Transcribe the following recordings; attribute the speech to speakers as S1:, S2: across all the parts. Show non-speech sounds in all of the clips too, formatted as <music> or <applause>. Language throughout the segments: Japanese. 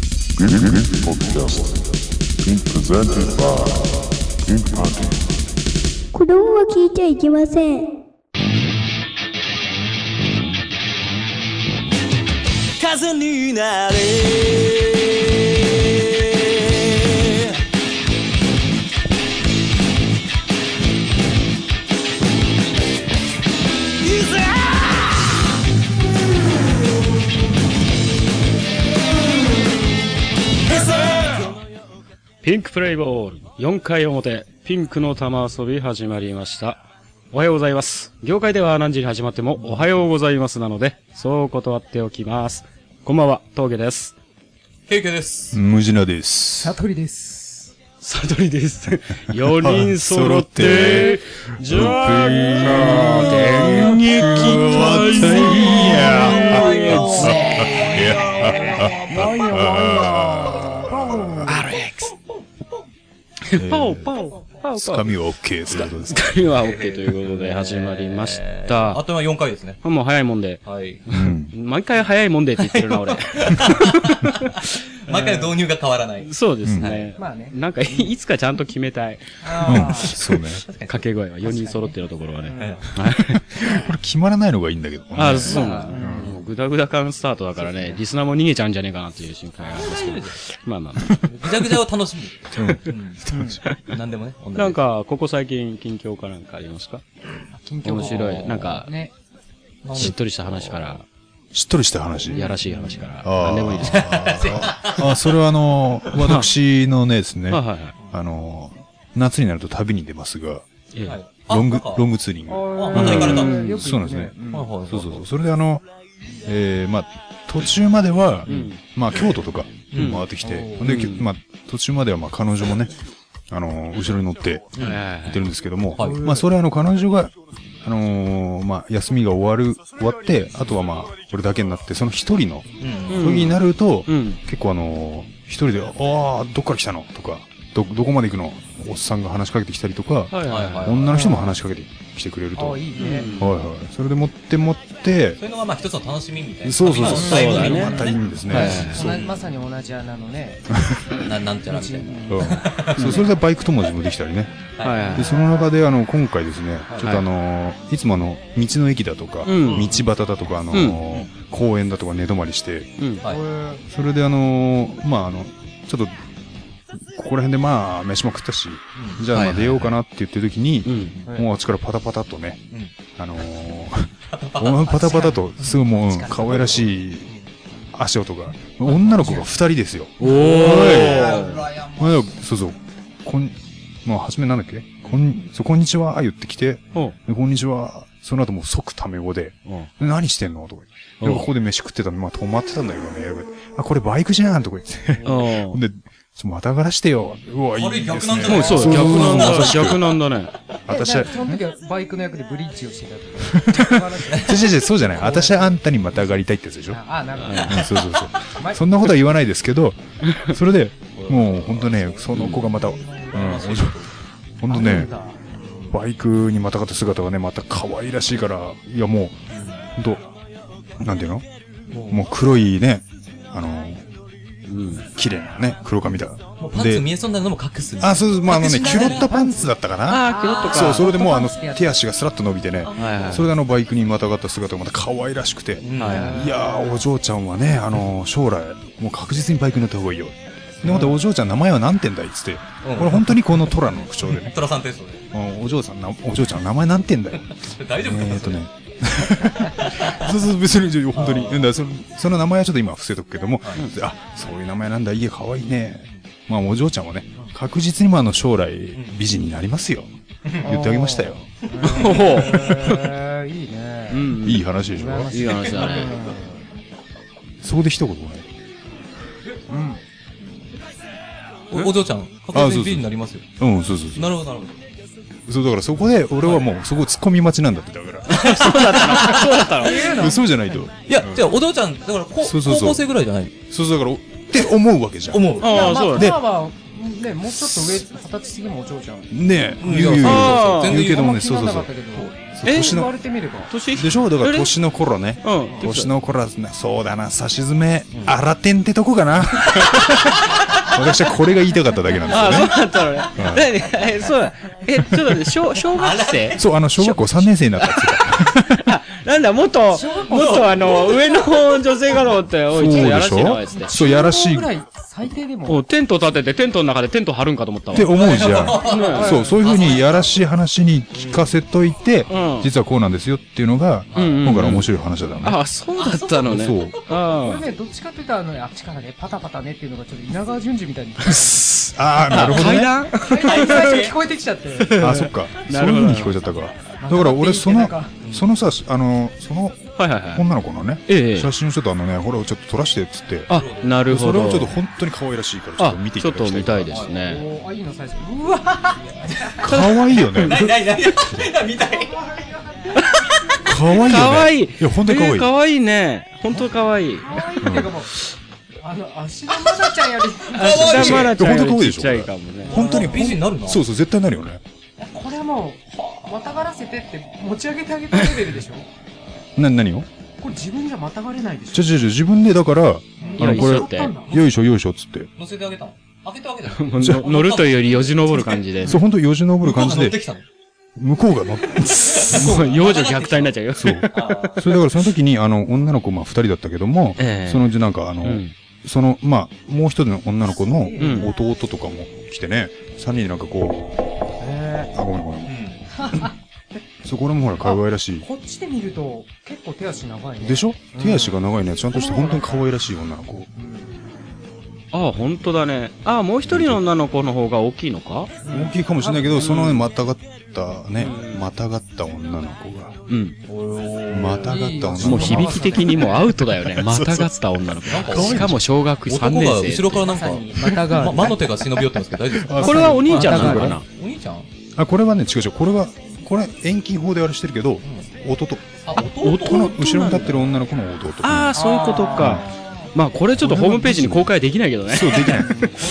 S1: This podcast being presented by Pink Party.
S2: 子供は聞いちゃいけません。
S3: 風になれいざ
S4: ピンクプレイボール4回表ピンクの玉遊び始まりました。おはようございます。業界では何時に始まってもおはようございますなので、そう断っておきます。こんばんは、峠です。
S5: 平家です。
S6: ムジナです。
S4: サドリです。4人揃って、じゃあ、電撃退
S6: いや
S4: 治パオパオパオ
S6: つ
S4: パ
S6: か
S4: オ。
S6: みは OK ですか
S4: 次は OK ということで始まりまし
S5: あ
S4: た。
S5: とは4回ですね。
S4: もう早いもんで。
S5: はい。
S4: 毎回早いもんでって言ってるな、俺。
S5: 毎回導入が変わらない。
S4: そうですね。なんか、いいつかちゃんと決めたい。
S6: うん、そうね。
S4: 掛け声は4人揃ってるところはね。
S6: これ決まらないのがいいんだけどね。
S4: ああ、そうなんだ。もうグダグダ感スタートだからね、リスナーも逃げちゃうんじゃねえかなっていう心配がありますけど。まあまあまあ。
S5: ぐじゃぐじゃを楽しむ。うん。何でもね。同じ
S4: なん、か、ここ最近、近況かなんかありますか面白い。なんか、しっとりした話から、
S6: しっとりした話。
S4: やらしい話から、
S6: ああ
S4: 何でもいいですか
S6: あ、それは
S4: <laughs>
S6: あの、私のねです <laughs> ね、
S4: はいはいはい
S6: あの、夏になると旅に出ますが、
S4: え
S5: は
S4: え
S5: いあ
S6: ロング
S5: なんか、
S6: ロングツーリング。
S5: あ、
S6: う
S5: また行かれた。はい
S6: んそうなんですね。
S5: はいはい。
S6: そうそうそう。それであの、えー、まあ、途中までは、まあ、京都とか回ってきて、で、きまあ、途中までは、まあ、彼女もね、あの、後ろに乗って、
S4: え
S6: 言ってるんですけども、
S5: はい
S6: まあそれはあの彼女が、あのーまあ休みが終わる、終わって、あとはまあ俺だけになって、その一人の
S5: うん。
S6: 時になると、
S4: うん
S6: 結構あのー一人で、ああ、どっから来たのとか、ど、どこまで行くのおっさんが話しかけてきたりとか、
S4: えはいはいはい。
S6: 女の人も話しかけてきてくれると。はいはい。それで持って持って
S5: そう、いうのがまあ一つの楽しみみたいな。
S6: そうそうそう、
S4: そうだね
S6: またいいんですね。
S4: はい
S6: そう
S7: まさに同じ穴のね、
S5: ななんちゃらみたいな。
S6: うんそうそれでバイク友達もできたりね。
S4: はいはい
S6: でその中であの今回ですね、ちょっとあのーいつもあの道の駅だとか、
S4: うん
S6: 道端だとか、あのー公園だとか寝泊まりして、
S4: うん。
S5: はい。
S6: それであのーまああのちょっとここら辺でまあ飯も食ったし、じゃあまあ出ようかなって言ってる時に、
S4: うん。
S6: もうあっちからパタパタとね、あのー、お前パタパタとすぐもううん可愛らしい足音が女の子が2人ですよ。
S4: おー
S6: まあ、そうそう。こん、まあ、初めなんだっけこん、そう、こんにちは、言ってきて、
S4: おう
S6: でこんにちは、その後もう即タメ語で、で何してんのとか言って。でここで飯食ってたの、まあ、止まってたんだけどねやばい、あ、これバイクじゃんとか
S4: <laughs>
S6: 言って。
S4: お
S6: ほ
S4: うん
S6: で、ちょっとまたがらしてよ。うわ、いいですね。
S5: あれ逆なんじゃない
S4: そうだ、逆なんだ、逆なんだね。
S6: 私は、 <laughs>
S7: その時はバイクの役でブリッジをしてたと
S6: 違う違う違う、そうじゃない。私はあんたにまたがりたいってやつでしょ。
S7: か。 <laughs> ああ、なるほ
S6: うんそうそうそう。そんなことは言わないですけど、それで、もう本当ね、その子がまた、うん、本当ね、バイクにまたがった姿がね、また可愛らしいから、いやもう、本当なんていうのもう黒いね、あの、綺麗なね、黒髪だ。
S5: もうパンツ見えそうになるのも隠す。
S6: あ、そうそう、まああのね、
S5: 隠し
S6: キ
S5: な
S6: ュロ
S5: が
S6: ッ
S5: ら
S6: トパンツだったかな。
S4: ああ、キロッと
S6: そう、
S4: か。
S6: それでもうあの
S7: キュロットパンツってや、つ
S6: 手足がスラッと伸びてね、
S4: はいはい
S6: それであのバイクにまたがった姿がまた可愛らしくて、いやーお嬢ちゃんはね、あのー将来、もう確実にバイクに乗った方がいいよ。で、またお嬢ちゃん、名前は何点だいっつって、
S5: うん
S6: これ本当にこのトラの口調でね、
S5: トラさんテス
S6: う
S5: ト
S6: んお嬢さんな、お嬢ちゃん、名前何点だい
S5: で。 <laughs> 大丈夫か
S6: え
S5: な
S6: ー
S5: そ
S6: と
S5: れ
S6: ね。 <laughs> そうそう、別に、本当に。うんだその、その名前はちょっと今伏せとくけども、あ、そういう名前なんだ、いいえ、可愛いね。まあ、お嬢ちゃんはね、確実にまあ、あの、将来、美人になりますよ。言ってあげましたよ。
S7: ど。いいね。
S4: うん。
S6: いい話でしょ
S4: いい話だね。
S6: そこで一言もね。
S5: おお嬢ちゃん、確
S6: あそうそ
S5: 実に
S6: う
S5: 美人になりますよ。
S6: うん、そうそうそう。
S5: なるほど、なるほど。
S6: そう、だからそこで、俺はもう、そこ突っ込み待ちなんだって、だから。そうだったのそうだったの <laughs> そうじゃないと。
S5: いや、じゃあ、お嬢ちゃん、だから、こ
S6: そう
S5: 高
S6: そうそう
S5: 校生ぐらいじゃない
S6: そうそう、だから、って思うわけじゃん。
S5: 思う。
S4: ああ、そうだね。
S7: まあまあ、ね、もうちょっと上、二十歳過ぎもお嬢ちゃん。
S6: ねえ、
S5: ん
S6: 言う言う言う
S5: あー
S6: 言うけどもね、
S7: 気に
S6: そう
S7: な
S6: そ
S7: ん
S6: う
S7: な
S6: そう
S7: かった。けど。
S6: そう年
S7: 言わ
S6: の
S7: れてみれば。
S4: 年
S6: でしょだから年の頃ね
S4: うん
S6: 年の頃はねそうだな差し詰め荒天ってとこかな <laughs> 私はこれが言いたかっただけなんです
S4: ああ、
S6: よ
S4: そう
S6: ね
S4: だったのね。 <laughs> 何えそうだ。え、ちょっと待って、小小学生
S6: そうあの小学校3年生になったって言ってた
S4: なんだ、もっと、もっとあの、上の女性かと思って、おい、ちょっとやらしいな、あいつ
S6: そう
S4: で
S6: でしょ。そうやらしい
S7: ぐ
S6: っ
S7: らい最低でも。
S4: おテント立てて、テントの中でテント張るんかと思ったわ
S6: て。思うじゃんそうそういうふうにやらしい話に聞かせといて
S4: うん
S6: 実はこうなんですよっていうのが
S4: んうんうん
S6: 今回の面白い話だったのね
S4: ああ、そうだったのね。
S6: そう
S7: これ
S4: あ
S7: ね、どっちかって言ったら、あの、あっちからね、パタパタねっていうのがちょっと稲川淳二み <laughs> たいに。
S6: ああなるほどね
S7: 最初聞こえてきちゃ <laughs> って。
S6: あ、そっか。そ
S4: な
S6: うい
S4: るほど
S6: う風に聞こえちゃったか。だから俺、その、そのさ、あの、その
S4: あ。はいはいはい。
S6: 女の子のね、
S4: ええ
S6: 写真をちょっとあのね、これをちょっと撮らせてっつって、
S4: あ、なる
S6: そ
S4: ほ
S6: れ
S4: ど。
S6: をちょっと本当に可愛らしいから、ちょっ
S4: あ
S6: と見てい
S4: ちょ
S6: た
S4: っと
S6: だきたい。
S4: 見たいですね。
S7: おーあ、いいの最初。うわ
S6: 可愛い
S4: <laughs>
S6: よね。
S5: 何何何何見たい。
S6: 可愛いよね。
S4: かわいい。
S6: いや、本当に可愛
S4: え
S6: い。
S4: ーかわいいね。本当かわいい。
S7: 可愛いっていうかもう、あの、足のまなちゃんより、
S5: 可愛い
S4: 芦田愛菜ちゃんよ
S6: 本当可愛
S4: り
S6: い
S4: ち
S6: でし
S4: っ
S6: ょ
S4: ちゃいかもね。
S6: 本当に
S5: 美人になるな
S6: そうそう、絶対なるよね。
S7: これはもう、またがらせてって持ち上げてあげたレベルでしょ
S6: な、何を
S7: これ自分じゃまたがれないでし
S6: じ
S7: ょ
S6: ゃじゃじゃ自分で、だから、あ
S4: よ
S6: の、
S4: いし
S6: こ
S4: ょ
S6: れ、
S4: って
S7: あったんだ
S6: よいしょよいしょっつって。
S5: 乗せてあげたの開けてあげたの
S4: もうの乗るというよりよじ登る感じで。
S6: そう、本当よじ登る感じ
S5: 乗って
S6: で、
S5: きたの
S6: 向こうが乗って、
S4: もう幼女虐待になっちゃうよ。
S6: そう。 <laughs> それだからその時に、あの、女の子、まあ、二人だったけども、
S4: ええ
S6: そのうちなんか、あの、
S4: うん
S6: その、まあ、もう一人の女の子の
S4: ん
S6: 弟とかも来てね、三人でなんかこう、
S7: え
S6: あ、ごめんごめん。
S5: う
S6: <laughs> そう、これもほら、可愛らし
S7: ーこっちで見ると、結構手足長い
S6: い。
S7: ね。
S6: でし
S7: ょ
S6: ょ手足が長いね、ちゃんとして本当に可愛らしい女の子。
S4: ああ、本当だね。ああ、もう一人の女の子の方が大きいのか
S6: 大きいかもしれないけど、そのね、またがったね、またがった女の子が、
S4: うん。
S6: またがっ
S4: も
S6: た女の
S4: う
S6: 子が、
S4: 響き的にもうアウトだ <laughs> よね。またがった女の子。しかも小学
S5: ん
S4: 3
S5: 男
S4: 年
S5: が後
S4: 生。
S5: ろからなんか、
S7: またが
S5: ま、魔の手が忍び寄ってますけど大丈夫ですか
S4: これはお兄ちゃんなのかな
S5: お兄ちゃん
S6: あ、これはね、違う違う、これは、これ遠近法であれしてるけど、弟。
S5: あ、
S6: こ
S5: 弟
S6: の後ろに立ってる女の子の弟。
S4: ああ、そういうことか。まあ、これちょっとホームページに公開できないけどね。
S6: そう、できない。こ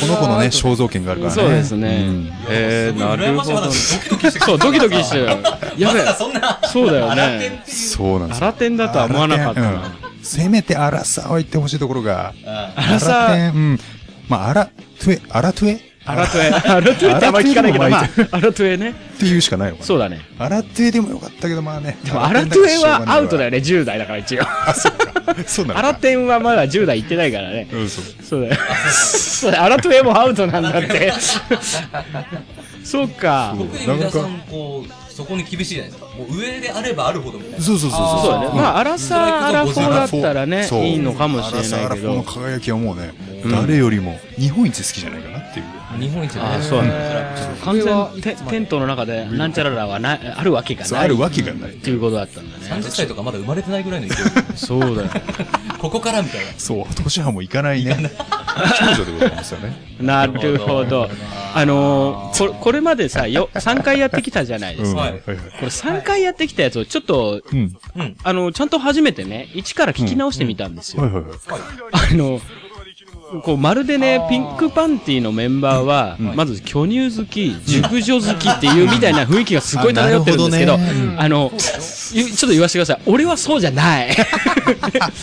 S6: の子のね、肖像権があるからね。
S4: そうですね
S6: うん。
S4: えー、なるほど。
S5: すごい羨ましい話ドキドキしてく
S4: そう、
S5: る
S4: ドキドキしてる。 <laughs> や
S5: ま
S4: べ
S5: さ
S4: え
S5: か。そんな、
S4: <laughs> そうだよ
S5: 荒天っ
S4: ね。
S5: ていう。
S6: そうなんですよ
S4: 荒天だとは思わなかった
S6: 荒
S4: な。
S6: 天うんせめて荒さを言ってほしいところが。
S5: あ
S4: 荒さ
S6: 荒天うん。まあ、荒、トゥエ、荒トゥエっ
S4: 荒トエ。 <laughs> 荒トエってあんまり聞かないけど、まあ、荒トエね。
S6: ていうしかないのかな。
S4: そうだね。
S6: 荒トゥエでもよかったけど、まあね。
S4: でも荒トエはアウトだ
S6: よ。
S4: よね、10代だから一応。
S6: あ、そうか。そうなのか
S4: <laughs> 荒天はまだ10代行ってないからね。
S6: うん、そう。
S4: そうだよ。そうだよ。荒トエもアウトなんだって。そうか。
S6: そう
S5: 特に皆さん、こう、そこに厳しいじゃないですか。もう上であればあるほどみたいな。
S6: そうそうそうそう。
S4: そうだね。まあ、アラサー、アラフォーだったらね、
S6: そう
S4: いいのかもしれ
S6: 荒さ
S4: な
S6: 荒
S4: い
S6: フ
S4: け
S6: ォーの
S4: ど。
S6: 輝きはもうね、誰よりも日本一好きじゃないかなっていう。
S5: 日本一だね。
S4: あそうなん完
S7: それは
S4: 全テテントの中で、なんちゃららはな、あるわけが
S6: そう
S4: ない。
S6: あるわけがない
S4: っ。ていうことだったんだね。
S5: 30歳とかまだ生まれてないぐらいの勢い。
S4: そうだよ。
S5: ここからみたいな。
S6: そう、年派もいかないね。少女でございますよね。
S4: なるほど。あのー、ここれまでさ、よ、3回やってきたじゃないで
S6: う
S4: す
S6: ん。
S4: か。
S6: は
S5: はいい
S6: はい。
S4: これ3回やってきたやつをちょっと、
S6: うん。
S5: うん。
S4: あの、ちゃんと初めてね、一から聞き直してみたんですよ。
S6: はいはいはい。
S4: あの、こう、まるでね、ピンクパンティのメンバーは、まず巨乳好き、熟女好きっていうみたいな雰囲気がすごい漂ってるんですけど、
S6: あ
S4: あ
S6: なる
S4: の、ゆちょっと言わせてください。俺はそうじゃない。 <laughs>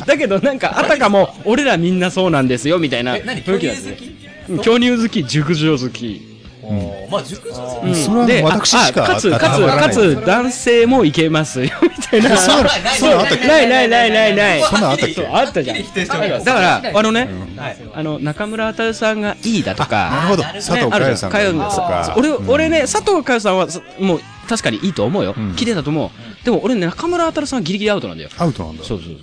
S4: だけどなんか、あたかも、俺らみんなそうなんですよ、みたいな
S5: え、何
S4: 雰
S5: 巨
S4: 囲気なんです
S5: 乳好
S4: ね。
S5: き
S4: うん巨乳好き、熟女好き。
S5: おーまあ、熟女好き。
S4: うん
S6: それは
S4: であ
S6: 私しか
S4: あかつ、か
S6: 当た
S4: つ、
S6: らない
S4: かつ、男性もいけますよ、みたいな。
S6: そうなの
S4: そうないないないないない。
S6: そんなのあったっけ
S4: そうあったじゃん。
S5: 否定してもらいま
S4: だ
S5: す
S4: から、あのね、
S5: はい。
S4: あの中村あたるさんがいいだとか、
S6: なるほど。
S4: ね
S6: 佐藤佳代さん
S4: あ
S6: が
S4: る
S6: いい
S4: じゃ
S6: と
S4: ん佳代
S6: か
S4: さん。俺、俺ね、佐藤佳代さんはそもう確かにいいと思うよ、
S6: ん
S4: 綺麗だと思う、でも俺ね、中村あたるさんはギリギリアウトなんだよ、
S6: アウトなんだ。
S4: そうそうそう。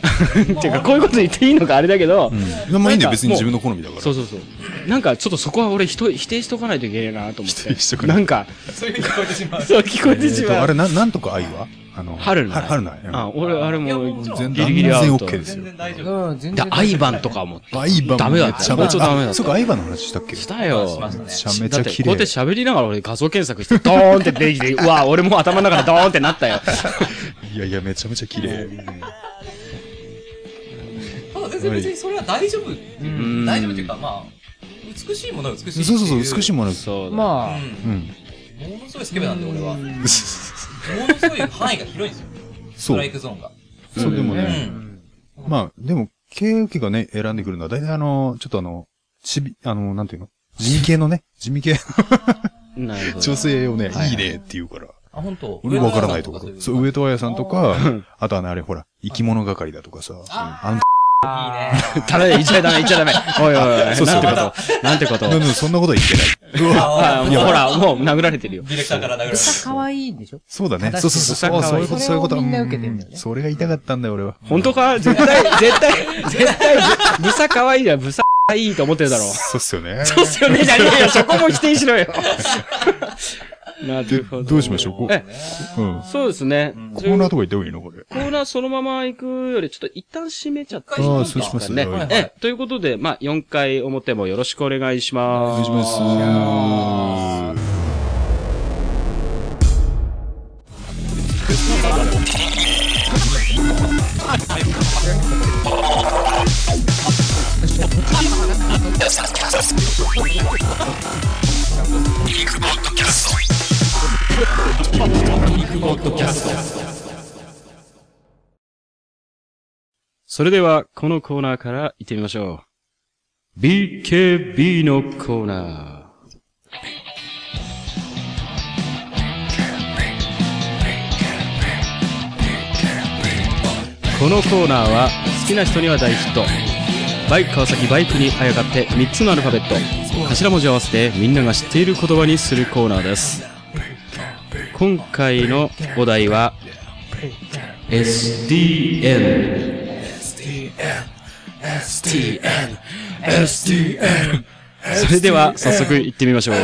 S4: <laughs> っていうか、こういうこと言っていいのかあれだけど、
S6: うん。まあいいん
S4: なんか
S6: だよ、別に自分の好みだから。
S4: そうそうそう、なんかちょっとそこは俺、ひと否定しとかないといけないなと思って、
S6: 定しとかな
S4: ないんか、
S5: そういうふうに聞こえてしまう。
S4: そう聞こえて
S6: え
S4: し
S6: っ
S4: ま
S6: と、
S4: う、
S6: あれ、ななんとか愛はあの、
S4: 春の愛
S6: は春の愛うん
S4: あ俺、あれも
S5: いやもちろん
S4: ギリギリアウ
S6: 全然
S4: ト。
S6: OK です
S5: 全
S6: よ。
S5: 然大丈夫。
S7: うん、全
S4: で
S7: 然。、
S4: アイバンとかも、
S6: アイバン
S4: ダメだった
S6: めちゃめちゃ
S4: あダメだった
S6: あそうか、アイバンの話したっけ
S4: したよ。 <laughs>
S6: めちゃめち
S4: だっ
S6: ゃ
S4: て
S6: 綺
S4: こうやって
S6: 麗。
S4: 喋りながら俺画像検索してドーンって出てきて、 <laughs> うわ、俺もう頭の中でドーンってなったよ。
S6: いやいや、めちゃめちゃ綺麗。
S5: ただ全然別にそれは大丈夫。
S4: ん
S5: 大丈夫っていうか、まあ、美しいものは美しいって
S6: そ
S5: いう
S6: そうそう、美しい
S5: も
S6: もの。
S4: そうだ。
S7: まあ、
S6: うん。
S5: の。ものすごいスケベなんで、俺は。ものすごい範囲が広いんですよ。ス
S6: そ
S5: ト
S6: う
S5: ライ。クゾーンが。
S6: そう、でも
S5: う
S6: ね、
S5: ん。
S6: まあ、でも、KOK がね、選んでくるのは、大体あの、ちょっとあの、ちび、あの、なんていうの地味系のね、地味系
S4: なるほ
S6: の
S4: ど。
S6: 女性をね
S5: は、い
S6: いいねって言うから。
S5: あ、本当。
S6: 俺わからないところ。そう、上戸彩さんとか、あとはね、あれほら、生き物係だとかさ、あの、
S7: あ
S4: ただ、言っちゃダメ、言っちゃダメ。おいおいおい。
S6: そうそ
S4: なん
S6: う
S4: てこと。なんてこと。
S6: でもそんなことは言ってない。
S5: うわ
S4: あもうほら、もう殴られてるよ
S5: デ。ィレクターから殴られる。
S7: 可愛いんでしょ
S6: そうだね。
S7: 正し
S6: そ
S7: いう
S6: そうそう。そういうこと、そういうこと。
S7: それをみんな受けてんだよね
S6: うんそれが痛かったんだよ、俺は。
S4: 本当か絶対、絶対、絶対、ぶぶさ可愛いじゃん、ぶさいいと思ってるだろ。
S6: そうっすよね。
S4: そうっすよね、じゃねえよ。そこも否定しろよ。 <laughs> な
S6: で
S4: るほど。
S6: どうしましょうこう
S4: え、
S6: うん。
S4: そうですね。
S6: コーナーとか行った方がいいのこれ。
S4: コーナーそのまま行くより、ちょっと一旦閉めちゃって
S5: あー
S4: いいですかね
S6: そうします
S5: ね
S4: え、ということで、まあ、4回表もよろしくお願いし
S6: お
S4: ま
S6: 願
S4: す
S6: いし。ます。
S4: それでは、このコーナーから行ってみましょう。BKB のコーナー。このコーナーは、好きな人には大ヒット。バイク川崎バイクにあやかって3つのアルファベット。頭文字を合わせてみんなが知っている言葉にするコーナーです。今回のお題は、SDN。そ <laughs> れでは、早速行ってみましょう。よ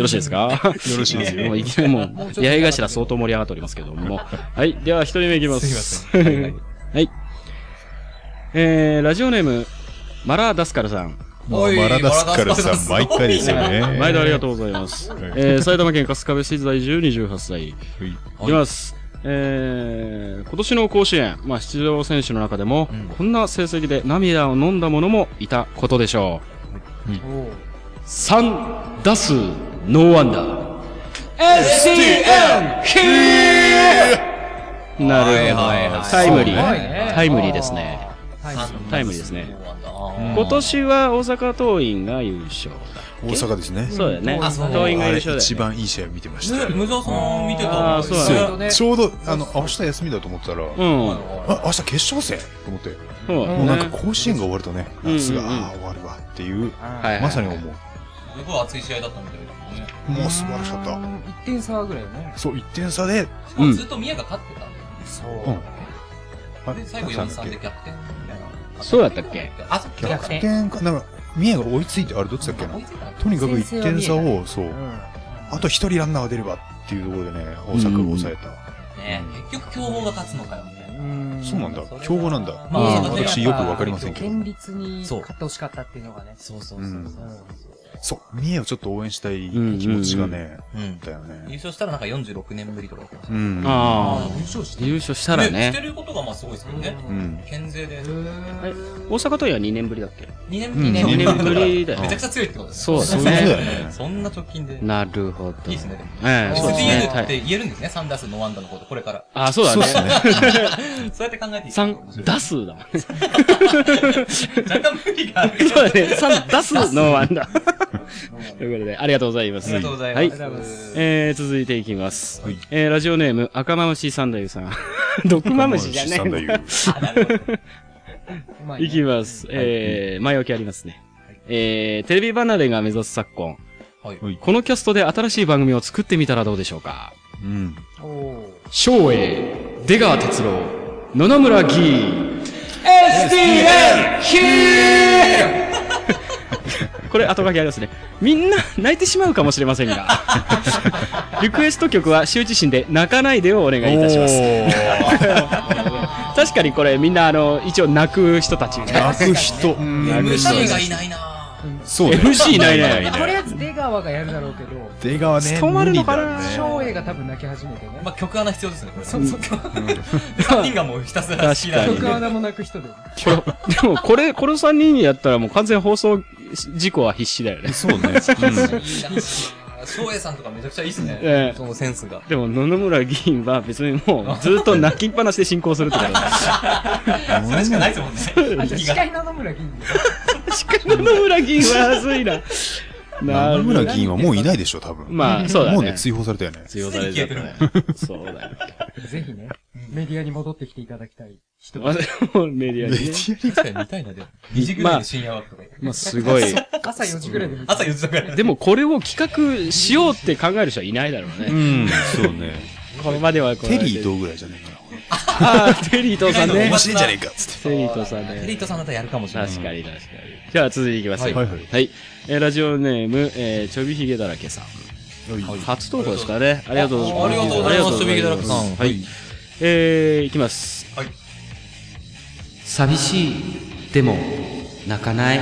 S4: ろしいですかよろしいですよ。 <laughs> もういきなりもう、八重頭相当盛り上がっておりますけども。はい、では一人目いきます。はい。えー、ラジオネーム、マラ・ダスカルさん。
S6: もうマラダスカルさん、毎回ですよね。
S4: 毎度ありがとうございます。えー、埼玉県春日部市在住28歳。
S6: はい
S4: いきます。えー、今年の甲子園、まあ、出場選手の中でも、こんな成績で涙を飲んだ者もいたことでしょう。3打数ノーアンダー。STM! ヒーなるほど、
S5: はいはいはい
S4: タイムリ
S7: すごい
S4: ー。
S7: ね
S4: タイムリーですね。タイムリーですね。今年は大阪桐蔭が優勝だ。
S6: 大阪ですね。
S4: そうだよね。
S5: あそう
S4: 桐蔭が
S6: あ
S4: 優
S6: れ
S4: 勝だ
S6: 一
S4: よね。
S6: 番いい試合見てまし
S5: ね
S6: た。
S5: 無造さん見てた
S4: あーそう
S6: そ
S4: だ
S6: う
S7: ね
S6: ちょうど、あの、明日休みだと思ってたら、あ、
S4: うん。
S6: 明日決勝戦と思って、
S4: そうだ
S6: もうなんか
S4: ね。
S6: 甲子園が終わるとね、
S4: うんう
S6: 夏
S4: ん
S6: が、
S4: うん
S6: ああ、終わるわっていう、
S4: はいはい
S6: まさに思う。
S5: すごい熱い試合だったみたいだね。
S6: もう素晴らしかった。
S7: 1点差ぐらいだね。
S6: そう、1点差で、
S5: しかもずっと宮が勝ってたんだよね
S7: そう。
S6: あ
S5: で、最後
S6: なんだっ
S5: 4-3
S6: け
S5: で逆転みたいな。
S4: そうだったっけ
S5: あ、そう
S6: 逆転か、なんか、三重が追いついて、あれどっちだっけな
S5: 追い。ついたの
S6: とにかく1点差を、そうう、
S7: ん。
S6: あと1人ランナーが出ればっていうところでね、大阪が抑えた。
S5: ね結局、強豪が勝つのかよ、みたいな。
S6: そうなんだ、強豪なんだ。
S5: まあ
S6: うん
S5: 大阪で
S6: 私よくわかりませんけど。
S7: 県立に勝ってほしかったっていうのがね。そうそう
S6: そうそう、三重をちょっと応援したい気持ちがね、
S5: うん。
S6: だよ
S5: 優
S6: ね。
S5: 勝したらなんか46年ぶりとか言ってました
S6: う
S5: ね。
S6: ん。
S4: あ
S5: 優勝し
S4: あ。優勝したら
S5: して
S4: ね。
S5: ることがまあすごいですけどね。
S6: うん。
S5: 県勢で。
S4: 大阪桐蔭は2年ぶりだっけ
S5: 2年ぶりね。
S6: うん
S4: 2年ぶりだよ
S5: めち
S4: ね
S5: ゃく。ちゃ強いってことです
S4: そう
S6: そう
S4: だ
S6: いうことだよ
S4: ね。
S6: ね。
S5: そんな直近で。い
S4: なるほど。
S5: いですね。でも
S4: ええ、そうですね。
S5: SDN
S4: は
S5: っ
S4: い。
S5: て言えるんですね。3打数ノーアンダーのこと、これから。
S4: あ、そうだ
S6: そうです
S4: ね。 <laughs>
S6: ね。
S5: そうやって考えていい
S4: 3、打数だもんね。
S5: 若干無理があるけど。
S4: そうだね。3、出すのワン
S5: <laughs>
S4: だ。ということで、ありがとうございま
S5: あ
S4: す。
S5: りがとうござい
S4: は
S5: ます。あり
S4: い
S5: が。とうございます
S4: えー、続いていきます。えー、ラジオネーム、赤マムシサンダユさん。 <laughs> 毒マムシじゃ
S6: 三
S4: ね
S6: 太夫
S5: あなるほど
S7: うまい
S4: <laughs>
S7: ね
S4: え。いきます。えー、前置きありますね。えー、テレビ離れが目指す昨今。
S5: はい。
S4: このキャストで新しい番組を作ってみたらどうでしょうか
S6: うん。
S7: おお。
S4: 昭栄、出川哲郎、野々村議員、SDN ヒー <laughs> これ後書きありますね。みんな泣いてしまうかもしれませんが。 <laughs> リクエスト曲は羞恥心で泣かないでをお願いいたします。 <laughs> 確かにこれみんなあの、一応泣く人たちみたいな。
S6: 泣く人。
S5: MC がいないなぁ。
S6: そうね。
S4: MC いないね。
S7: とりあえず出川がやるだろうけど、
S6: 出川ね、
S4: 務まるのかな
S6: 無理だね
S7: 翔英が多分泣き始めてね。
S5: まあ、曲穴必要ですね、これ。そうそう。3人がもうひたすら好きな
S4: 確かに。
S5: ので
S7: 徳穴も泣く人で。
S4: これ <laughs> でもこれ、この3人やったらもう完全放送事故は必死だよね。
S6: そうね。
S5: いいなー翔英さんとかめちゃくちゃいいっすね。
S4: ええ
S5: そのセンスが。
S4: でも、野々村議員は別にもう、ずっと泣きっぱなしで進行するってことだ。
S5: それしかないですもんね。
S7: あ、じゃあ、司会の野々村議
S4: <laughs>
S7: 員。
S4: 確かに野々村議員は熱いな。な
S6: 野
S4: る
S6: 々
S4: ほど
S6: 村議員はもういないでしょ、多分。
S4: まあ、そうだね。
S6: もうね、追放されたよね。
S4: 通用されちゃったね。そうだね。
S7: ぜひね、メディアに戻ってきていただきたい人。
S4: まあ、でもメ <laughs> ディアにね。
S5: 確かに見たいな、でも。2時ぐらいの深夜枠とか。
S4: まあ、すごい。
S7: 朝4時ぐらいで見て
S5: <laughs> 朝4時ぐらい。
S4: でも、これを企画しようって考える人はいないだろう
S6: う
S4: ね。
S6: ん、そうね。
S4: これまではこう。
S6: テリー。とぐらいじゃねえかな。
S4: ああ、テリーとさんね
S5: 面
S6: 面。
S5: 白
S6: 白
S5: い
S6: い
S5: ん
S6: んじゃねえ
S5: じゃねえ
S6: か、つって。
S4: テリーとさん
S5: テリー
S4: ね。
S5: トさんだったらやるかもしれない。
S4: 確かに、確かに。じゃあ、続いていきますよ。
S6: はいは
S4: は
S6: い
S4: い。えーラジオネーム、えーちょびひげだらけさん。初投稿ですかね。ありがとうございます。
S5: ありがとうございますちょびひげだらけさん
S4: ありがとうございますはい。えー、いきます。
S5: はい。
S3: 寂しいでも泣かない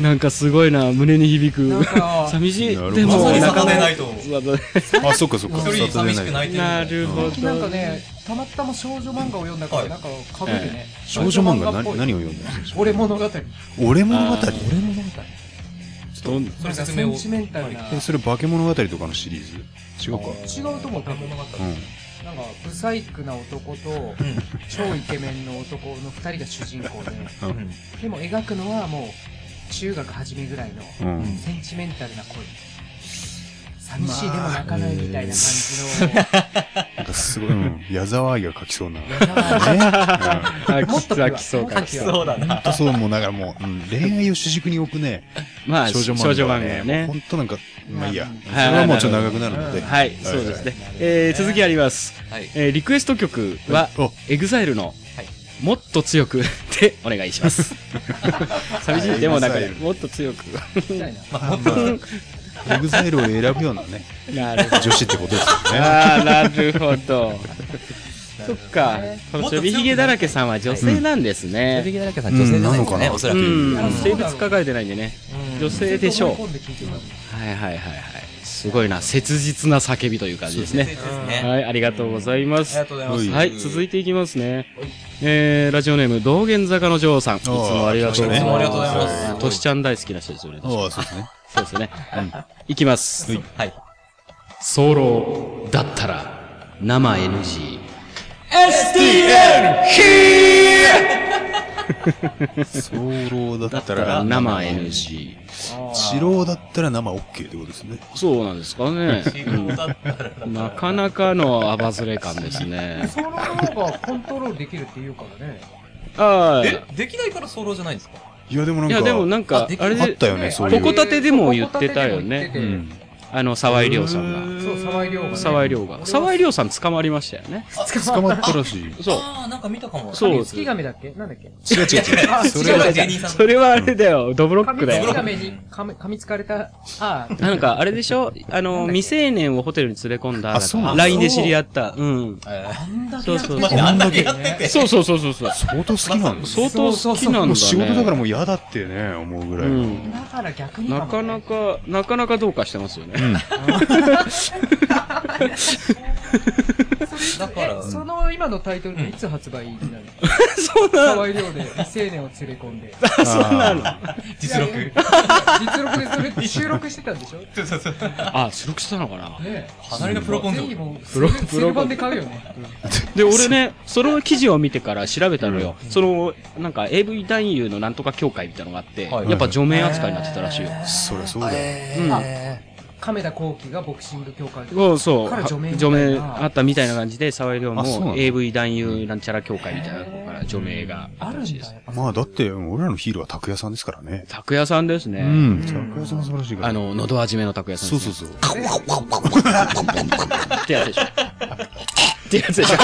S4: なんかすごいな、胸に響く
S7: なんか。
S4: 寂しい。
S6: なるほど
S4: で
S5: ま
S4: も
S5: さに、
S4: な
S5: 逆
S4: か
S5: で
S4: な。
S5: ないいと思う。
S4: そうだね
S6: あ、そっかそっか。
S5: 一人寂しく
S6: い。
S5: 泣いてる。
S4: なるほど。
S7: なんかね、たまたま少女漫画を読んだか
S5: は
S7: ら、
S5: い
S7: なんか、かぶってね。
S6: 少女漫画
S7: っぽ
S6: 何
S7: い
S6: 何を読んでるんですか
S7: 俺物語。セ
S6: 俺物語
S4: あー
S6: 俺
S4: どんな
S5: それ説明を
S7: ン。チメンタルな。
S6: え、それ化け物語とかのシリーズ違うか。
S7: 違うと思う、多分。
S6: う
S7: なんか、ブサイクな男と、超イケメンの男の二人が主人公で。
S5: うん
S7: でも描くのはもう、中学初めぐらいの、
S6: ん。うん。
S7: センチメンタルな恋。寂しいでも泣かないみたいな感じの。
S6: なんかすごい、うん矢沢愛が書きそうな。ね。
S4: あ、
S7: もっとピュ <laughs> ア
S4: 来そうか。
S7: ピュア
S5: そうだな。
S6: 本当そう、もうだからもう、うん恋愛を主軸に置くね、
S4: まあ、
S6: 少
S4: 少女
S6: 女漫
S4: 漫
S6: 画
S4: 画
S6: は
S4: ね。
S6: ね、本当なんか、まあいいや。そ
S4: はい
S6: れはもうちょっと長くなるので。
S4: はい、そうですね。えー、続きあります。
S5: はい。
S4: えー、リクエスト曲は、
S6: お、
S4: EXILE の、もっと強く <laughs> でお願いし <laughs> ます。寂しいでもなく
S6: はい
S4: もっと強く。
S7: みたいな。
S5: まあ、もっと、はい。
S6: エグザイルを選ぶようなね、
S4: なるほど。
S6: 女子ってことですよね。
S4: ああ、なるほ <laughs> ど。そっか。このちょびひげだらけさんは女性なんですね。
S5: だらけさん女性じゃないですかね、
S6: うん
S5: おそら
S4: う
S5: く。
S4: ん
S7: あ、
S4: 性別書かれてないんでね。女性でしょう。
S7: ずっと思い込んで聞いてた
S4: はいはいはいはい。すごいな、切実な叫びという感じです
S5: で
S4: ね。
S5: すね。
S4: はい、ありがとうございま
S5: あり
S4: す
S5: が。とうございます。
S4: はい、続いていきますね
S5: はい。
S4: えー、ラジオネーム、道玄坂の女王さん。いつもありがとうござい
S6: いつもありがとうご
S5: ざいま
S4: ますす。としちゃん大好きな人ですよね。
S6: ああ、そうですね。
S4: そうですよね。いきます。
S5: はい。
S4: 早漏だったら、生 NG。
S6: 早漏だ
S4: だっ
S6: った
S4: た
S6: ら
S4: ら生
S6: 生
S4: NG。
S6: 治郎だったら生 OK ってことですね。
S4: そうなんですかね。なかなかのアバズレ感ですね。
S7: その方がコントロールできるって言うからね。
S4: ああ。
S5: え、できないからソロじゃないんですか
S6: いや、でもなん
S4: い
S6: か、
S4: や、でもなん
S5: あ
S4: か
S5: で、き
S4: あれ
S6: あっ
S4: で、
S6: たよね、そうい
S4: こ
S6: う。
S4: こたてでも言ってたよね
S7: ここたてで
S6: う
S7: も言って
S6: ん
S4: あの、沢井亮さんが。
S7: てそう、沢井亮がね。
S4: 沢井亮が。沢井亮さん捕まりましたよね。
S6: 捕まったらしい。違う
S4: そう。
S5: ああ、なんか見たかも。
S4: そう
S7: 月亀だっけなんだっけ
S6: 違う違う。それ
S5: <laughs> 違う
S6: は
S5: 違う、芸人さん。
S4: それはあれだよ、ドブロック
S7: 髪
S4: だ
S7: 月
S4: よ。
S7: 亀に噛み噛みつかれた、ああ、
S4: なんか、あれでしょあの、未成年をホテルに連れ込んだ、
S6: あそうなんだ
S4: LINE で知り合った。うん。
S5: えー
S4: そうそう
S5: 待って、あんだけやってて。
S4: そうそうそうそうそう。
S6: 相当好きなんです
S4: 相当好きなんだね。
S6: もう仕事だからもう嫌だってね、思うぐらい。
S4: う
S6: うん。
S4: ん。
S7: だから逆に
S4: なかなか、なかなかどうかしてますよね。
S5: だから、
S7: その今のタイトルでいつ発売になるの
S4: そうなの
S7: 沢井亮で未成年を連れ込んで。
S6: あそうなの。
S5: 実録。
S7: 実録でそれ収録してたんでしょね
S4: <laughs> あ、収録してたのかな
S7: え。
S5: かなりのプロコン
S7: ぜ
S5: ト。
S7: ひもう、
S4: プロ
S7: セルセル版で買うよね。
S4: で、俺ね、その記事を見てから調べたのよ。その、なんか AV 男優のなんとか協会みたいなのがあって、
S5: はい
S4: やっぱ除名扱いになってたらしいよ。
S6: そりゃそうだよ。
S4: うん
S7: 亀田光輝がボクシング協会で。
S4: そうそう。
S7: から除名
S4: は
S7: みたい
S4: 除
S7: な
S4: 名あったみたいな感じで、沢井亮
S6: あそうな
S4: も
S6: の
S4: AV 男優なんちゃら協会みたいなとこから除名があ
S7: あ
S4: った
S7: る
S4: らしい
S7: ん
S4: です
S7: だ、。やっぱ。
S6: まあだって、俺らのヒーローは拓也さんですからね。
S4: 拓也さんですね。
S6: うん。拓也さんは素晴らしいから。
S4: あ、の、喉始めの拓也さん
S6: そ
S4: で
S6: う
S4: す
S6: そ
S4: ね、
S6: うそう。
S4: ってやつでしょ。ってやつでしょ。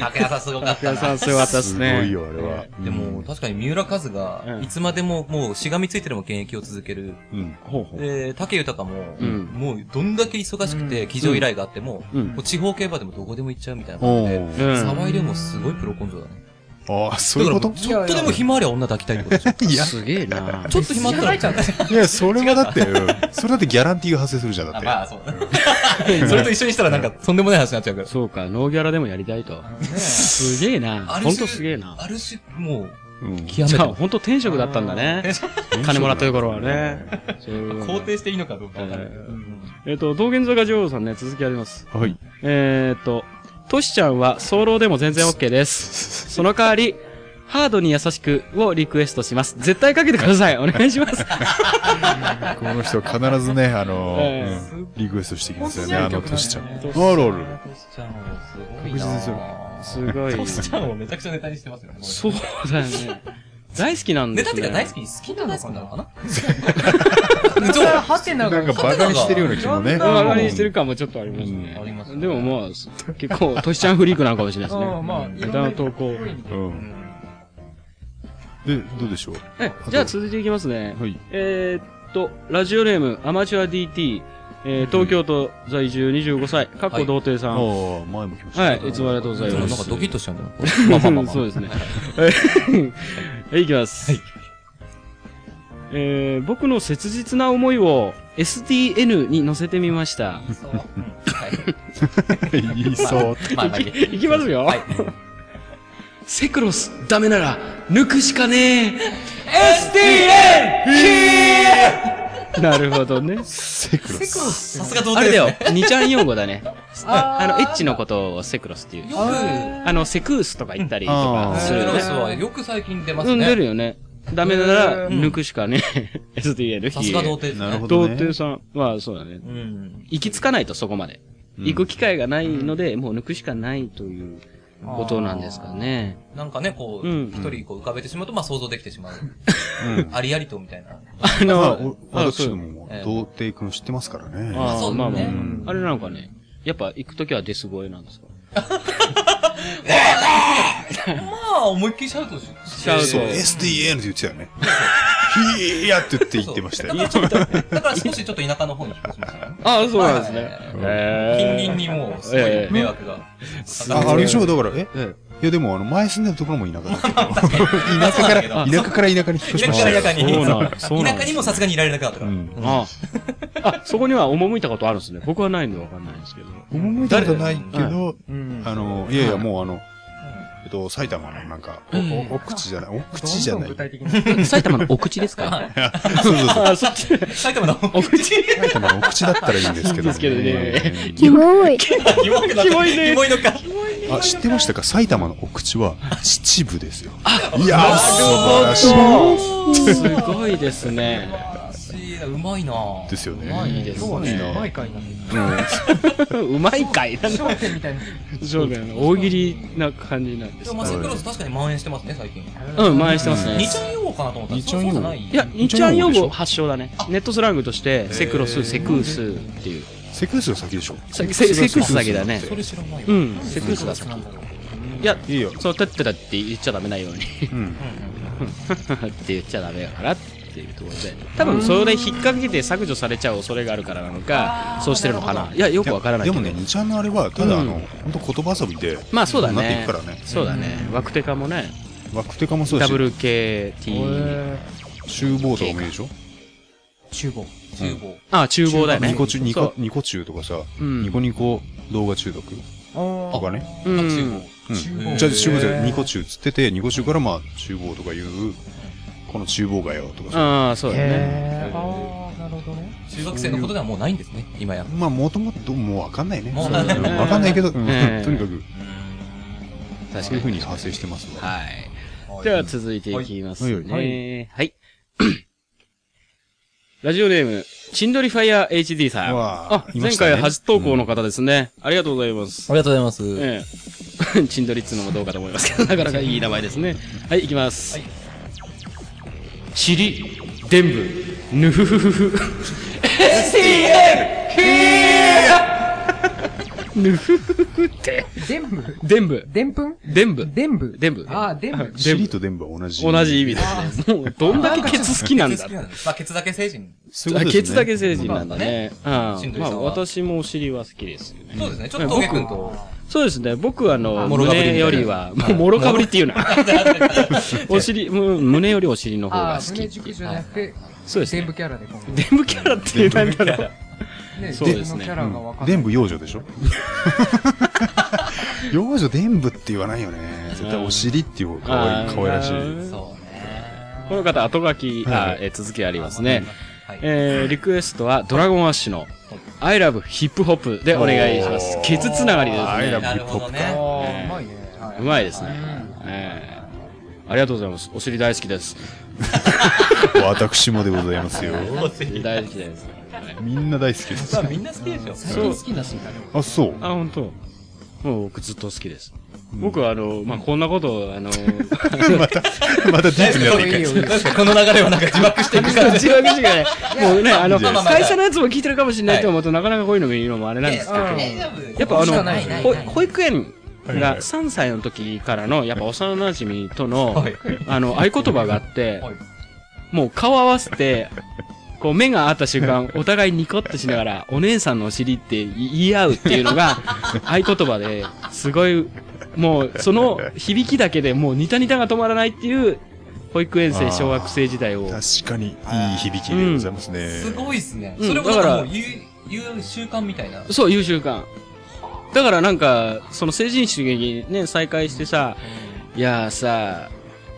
S5: 竹谷さんすごかっ
S4: 拓
S5: た
S4: 也さ
S5: な。
S4: んすごかったっ
S6: す
S4: す
S6: ご
S4: ね。
S6: いよ、あれは。
S5: でも、確かに三浦和
S4: う
S5: が
S4: ん、
S5: いつまでももうしがみついてでも現役を続ける。
S6: うん。
S4: ほうほう。
S5: で、竹豊も、
S4: うん
S5: もうどんだけ忙しくて、騎乗依頼があっても、
S4: うん
S5: もう地方競馬でもどこでも行っちゃうみたいな
S6: お
S5: 感じで、
S4: う
S6: ー
S4: ん。
S5: 沢井でもすごいプロ根性だね。
S6: ああ、そういうこと
S5: ちょっとでも暇ありゃ女抱きたいってことでしょ。
S6: いや、
S4: すげえな
S5: ちょっと暇あったら。
S7: ちゃん
S6: いや、それはだって、うんそれだってギャランティーが発生するじゃん、だ
S5: あ
S6: って。
S5: まあ、そうだ。 <laughs> それと一緒にしたらなんか、とんでもない話になっちゃうから。
S4: そうか、ノーギャラでもやりたいと。すげえな。
S5: ある
S4: ほんと
S5: 種
S4: すげえな。
S5: ある種、もう、
S6: うん。
S5: 極めて
S4: じゃあ、本当天職だったんだね。 <laughs> 金もらってる頃はね。そういうこと
S5: 肯定していいのかどうかわからないけど。
S4: ええっ、と、道玄坂女王さんね、続きあります。
S6: はい。
S4: えーっと、トシちゃんは早漏でも全然 OK <laughs> です。その代わり、ハードに優しくをリクエストします。絶対かけてください。お願いします。
S6: この人必ずね、あの、
S4: え
S6: うんリクエストしてきますよね、あ
S7: 本当
S6: の、
S7: に強
S6: ト
S7: い曲だね
S6: シちゃん。あーロール。
S5: トシちゃんをすごい
S6: 確実ですよ
S5: な
S4: すごい。
S5: トシちゃんをめちゃくちゃネタにしてますよね。
S4: そうだよね。大好きなんで
S5: ネタ
S4: す
S5: っ
S4: ね。
S5: ていうか大好き、好きな大好きなのかな
S7: そしたらハテナ
S6: なんか
S7: が
S6: バカにしてるような気もね。
S4: うんバカにしてる感もちょっとありますね。
S5: ありますね
S4: でもまあ、結構、トシちゃんフリークなのかもしれないです
S7: う
S4: ね。
S7: んまあ、い
S4: ネ
S7: ろん
S4: タ
S7: な
S4: の投稿。
S6: うん。で、どうでしょう
S4: え、じゃあ続いていきますね。
S6: はい。
S4: えーっと、ラジオネーム、アマチュア DT、えー東京都在住25歳、かっこ童貞さ
S6: ああ、
S4: ん。
S6: 前も来ました。
S4: はい、いつもありがとうござい
S5: でも
S4: ま
S5: なんか
S4: す。
S5: ドキッとしちゃうんだよ。
S4: まあまあまあ、そうですね。はい、いきます。えー僕の切実な思いを SDN に載せてみま
S5: <laughs>
S4: した。
S6: 言いそう。
S5: まあまあいい
S4: いき <laughs> ますよ。
S5: はい
S3: セクロスダメなら抜くしかねえ
S4: <laughs> なるほどね。
S6: セクロス。
S5: さすが童
S4: あれ
S5: 貞
S4: だ
S5: だ
S4: <laughs> よ
S5: よ。、
S4: 2ちゃん4号だね。
S7: あ
S4: あ
S7: ー
S4: の、エッチのことをセクロスっていう。
S5: よ
S4: あの、セクースとか言ったりと
S6: うんあ
S4: か
S6: ー
S5: く、
S4: す
S5: セ
S4: る
S5: ル
S4: よ
S5: ロ
S4: ね
S5: ス。はよく最近出ます
S4: うん、出る
S5: ね。
S4: よね。ダメなら、
S5: うん
S4: 抜くしかね。SDL。 <laughs>
S5: さすが童貞ですね。
S6: なるほど
S4: 童
S6: ね。
S4: 貞さんは、そうだね。
S5: うん。
S4: 行き着かないと、そこまで。
S6: うん
S4: 行く機会がないので、もう抜くしかないということなんですかね。
S5: なんかね、こう、
S4: うん
S5: 一人こう浮かべてしまうと、まあ想像できてしまう。
S6: うん
S5: ありありとみたいな。
S4: あ
S6: まあ、
S4: の
S6: お、
S4: あ
S6: 私
S4: そ
S6: ど
S4: う
S6: も
S5: ええ、
S6: 童貞君知ってますからね。
S4: あ
S5: そ
S4: ー
S5: う
S4: まあまあ
S5: ね
S6: うん
S4: あれなんかね、やっぱ行くときはデス声なんですか
S5: まあ、思いっきりシャウトし
S4: シャウト
S6: そう、
S4: ええ
S6: SDN って言ってたよね。ひーやって言って言ってましたよ。
S5: だから少しちょっと田舎の方に引っ越しましたね。
S4: ああ、そうなんです
S5: は
S4: ね。
S5: い近
S4: え
S5: 隣にもう、すごい迷惑が。
S6: あ、あれでしょだから、え
S4: え
S6: いやでも、あの、前住んでるところも田舎だけど。田舎から、
S5: あ
S6: 田舎から田舎に引っ越しました
S5: 田舎
S6: よ。
S5: から田舎に
S4: そうなんそうなん
S5: 田舎にもさすがにいられなくなったか
S6: う
S5: ら。
S6: ん。
S4: あーあ、そこには赴いたことあるんですね。僕はないんでわかんないんですけど。
S6: 思いたことないけ
S4: 誰
S6: ど、
S7: うん
S6: あの、いやいや、もうあの、えっと、埼玉のなんか、おおお口じゃない、お口じゃ
S7: どん
S6: な
S7: どん
S6: い
S7: 具。体的に。
S3: 埼玉のお口ですか
S6: そうそうそう。
S4: あ、そっち、
S5: 埼玉の方に。
S6: 埼玉のお口だったらいいんです
S4: いいん
S6: けど。
S4: ですけ
S6: ね。
S2: キモい。
S5: キモいのか。
S4: キモいね
S5: キモいのか。
S6: あ、知ってましたか埼玉のお口は秩父ですよ。いやー、素晴らし
S4: すごいですね。
S5: うまいな
S6: で。すよね。
S4: いいです
S7: 今日
S4: ね。
S7: はね、毎回なんで。
S4: うまいかいな。
S7: 商店みたいな。
S4: そうだよね。大喜利な感じなんで
S5: ですも、。まあ、セクロス確かに蔓延してますね、最近。
S4: うん、蔓延してますね
S5: 二。ちゃん用語かなと思ったら、
S6: 二ち
S5: そ
S6: ゃ
S5: うんそ
S6: 用語
S5: うじゃない
S4: いや、
S6: 二
S4: 2
S6: ち
S4: ち
S6: ゃ
S4: ゃ
S6: ん
S4: ん
S6: 用語
S4: 用
S6: でしょ
S4: 語発祥だね。ネットスラングとして、セクロス、セクースっていう。
S6: セクスが先でしょ
S4: セクセクースだけだね。
S5: それ知らないわ。
S4: うん、セクースが先。いや、
S6: いいよ。
S4: その、てってだって言っちゃダメなように。 <laughs>
S6: うん。
S4: って言っちゃダメだからっていうところで多分それで引っ掛けて削除されちゃう恐れがあるからなのかそうしてるのかないやよくわからない
S6: で
S4: けど
S6: もね、二ちゃんのあれは、ただあ
S4: う
S6: の
S4: ん、
S6: 本当言葉遊びで、
S4: まあそうだ
S6: なってい
S4: ね
S6: くからね。
S4: そうだね枠テカもね
S6: ワクテカもそうだし、
S4: WKT
S6: 厨房とかもいいでしょ
S7: 厨房。
S5: 厨房。
S4: ああ厨房だよね
S6: ニコ中、ニ
S4: そ
S6: コ、ニコ中とかさ、
S4: うん
S6: ニコニコ動画中毒と
S7: あ
S6: かね。
S4: うう
S5: 厨
S4: ん
S5: 房。
S6: うん。じゃ
S7: 厨房
S6: あ、厨房じゃないニコ中つってて、ニコ中からまあ、厨房とかいう、この厨房がよとかさ。
S4: ああそうだね
S7: へーあー、なるほどね。
S5: 中学生のことではもうないんですね、今や。
S6: まあ、もともともうわかんないね。
S5: もうわかんない
S6: うんわかんないけど、うん
S4: ええ
S6: <laughs> とにかく、
S4: 確
S6: そ
S4: か
S6: う
S4: に
S6: いうふうに派生してますわ。
S4: はいでは続いていきます
S6: はいは
S4: ねはいラジオネーム、チンドリファイヤー HD さん。
S6: う
S4: あ
S6: わ、ーいま
S4: 前
S6: したね
S4: 回初投稿の方ですね。ありがとうございます。
S5: りがとうございます。
S4: ええ、 <laughs> チンドリっつうのもどうかと思いますけど、なかなかいい名前ですね。はい、いきます。チリ、デンブ、ヌフフフフ。STM! ヌフフフって。
S7: でんぶ
S4: デンブ、
S7: でんぷん
S4: デンブ。
S7: でんぶ
S4: デンブ
S7: あー、で
S4: <laughs>
S7: んぶ
S6: シリと電波は同じ。
S4: 同じ意味ですね。もう、どんだけケツ好きなんだ。
S5: まあ、ケツだけ成人。
S6: そういう
S4: あ
S6: ことですね。
S4: ケツだけ成人なんだね。あ
S5: チンドリ
S4: ま
S5: さ
S4: あ、
S5: んは
S4: 私もお尻は好きですよね。
S5: そうですね、ちょっと峠くんと。
S4: そうですね。僕は、あの、
S5: もろかぶりみたい
S4: 胸
S5: な
S4: よりは、もうもろかぶりっていうな。 <laughs> お尻、む胸よりお尻の方
S7: あ
S4: が
S7: ー、
S4: 好き
S7: 胸
S4: ってい
S7: 塾
S4: う。
S7: じゃなくて、
S4: そうです
S7: 全
S4: ね
S7: 部。キャラで今後。
S4: デブキャラって何だろう
S7: ね、
S4: そうですね
S7: 自分のキャラがわかんない。
S6: 電部幼女でし
S5: <laughs>
S6: ょ幼女電部って言わないよね。絶対お尻っていう方が可愛い、可愛らしい。
S5: <laughs> そう。
S4: この方、後書き、
S6: はいは
S4: あ
S6: い
S4: えー続きありますね。
S5: はい
S4: えーリクエストは、ドラゴンアッシュの、I love hip hop でお願いします。ケツつながりで
S6: アイ
S4: すね。
S6: ラブ
S5: な
S6: ヒ
S5: る
S6: ップ
S5: ほ
S6: ホッ
S5: ど
S6: プ。
S5: ね。
S7: ああ、うまいね。は
S4: うまいですね。えーありがとうございます。お尻大好きです。
S6: 私もでございますよ。
S4: 大好き <laughs> です。
S6: みんな大好きです。
S5: まあみんな好きでしょ。
S7: 最近好きになってみたね。
S6: あ、そう。
S4: あ、本当。もう僕ずっと好きです。僕はあの、まあ、こんなことを、あの、
S6: また、またディープになっていく。
S5: なんかこの流れはなんか字幕していく感じ。
S4: 自爆しかね、もうね、あの、
S5: まあまあまあ
S4: 会社のやつも聞いてるかもしれないと思うと、なかなかこういうのも言うのもあれなんですけど、やっぱあ
S7: し
S4: の
S7: かないない、
S4: ほ保育園
S6: はいは
S4: が
S6: い
S4: 3歳の時からの、やっぱ幼馴染との
S5: はい、
S4: あの、合言葉があって
S5: はい、
S4: もう顔合わせて、こう目が合った瞬
S6: <laughs>
S4: 間、お互いニコッとしながら、お姉さんのお尻って言い合うっていうのが、合言葉で、すごい、もうその響きだけでもうニタニタが止まらないっていう、保育園生、小学生時代を。
S6: 確かに、いい響きでございますね。。
S5: すごいっすね。
S4: うん
S5: それもだから
S4: だから
S5: もう言う、言う習慣みたいな。
S4: そう、いう習慣。だからなんか、その成人式にね、再会してさ、いやーさ、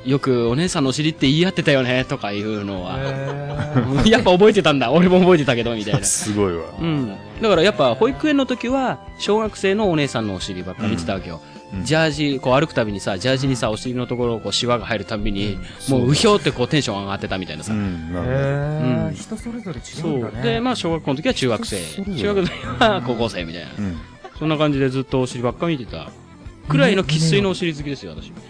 S4: よくお姉さんのお尻って言い合ってたよね、とかいうのは。 <laughs> やっぱ覚えてたんだ。俺も覚えてたけど、み <laughs> たいな
S6: すごいわ。
S4: うん。だからやっぱ保育園の時は、小学生のお姉さんのお尻ばっか見てたわけよ。ジャージ、こう歩くたびにさ、ジャージにさ、お尻のところをこうシワが入るたびに、もううひょーってこうテンション上がってたみたいな
S6: う
S4: さ。
S6: ん、なるほど。
S7: へ
S4: うん
S7: え、人それぞれ違うん
S4: そ
S7: だ
S4: う
S7: ね。。
S4: で、まあ小学校の時は中学生。中学の時は高校生みたいな。
S6: うん。
S4: そんな感じでずっとお尻ばっか見てた。くらいの生粋のお尻好きですよ、私。
S5: <laughs>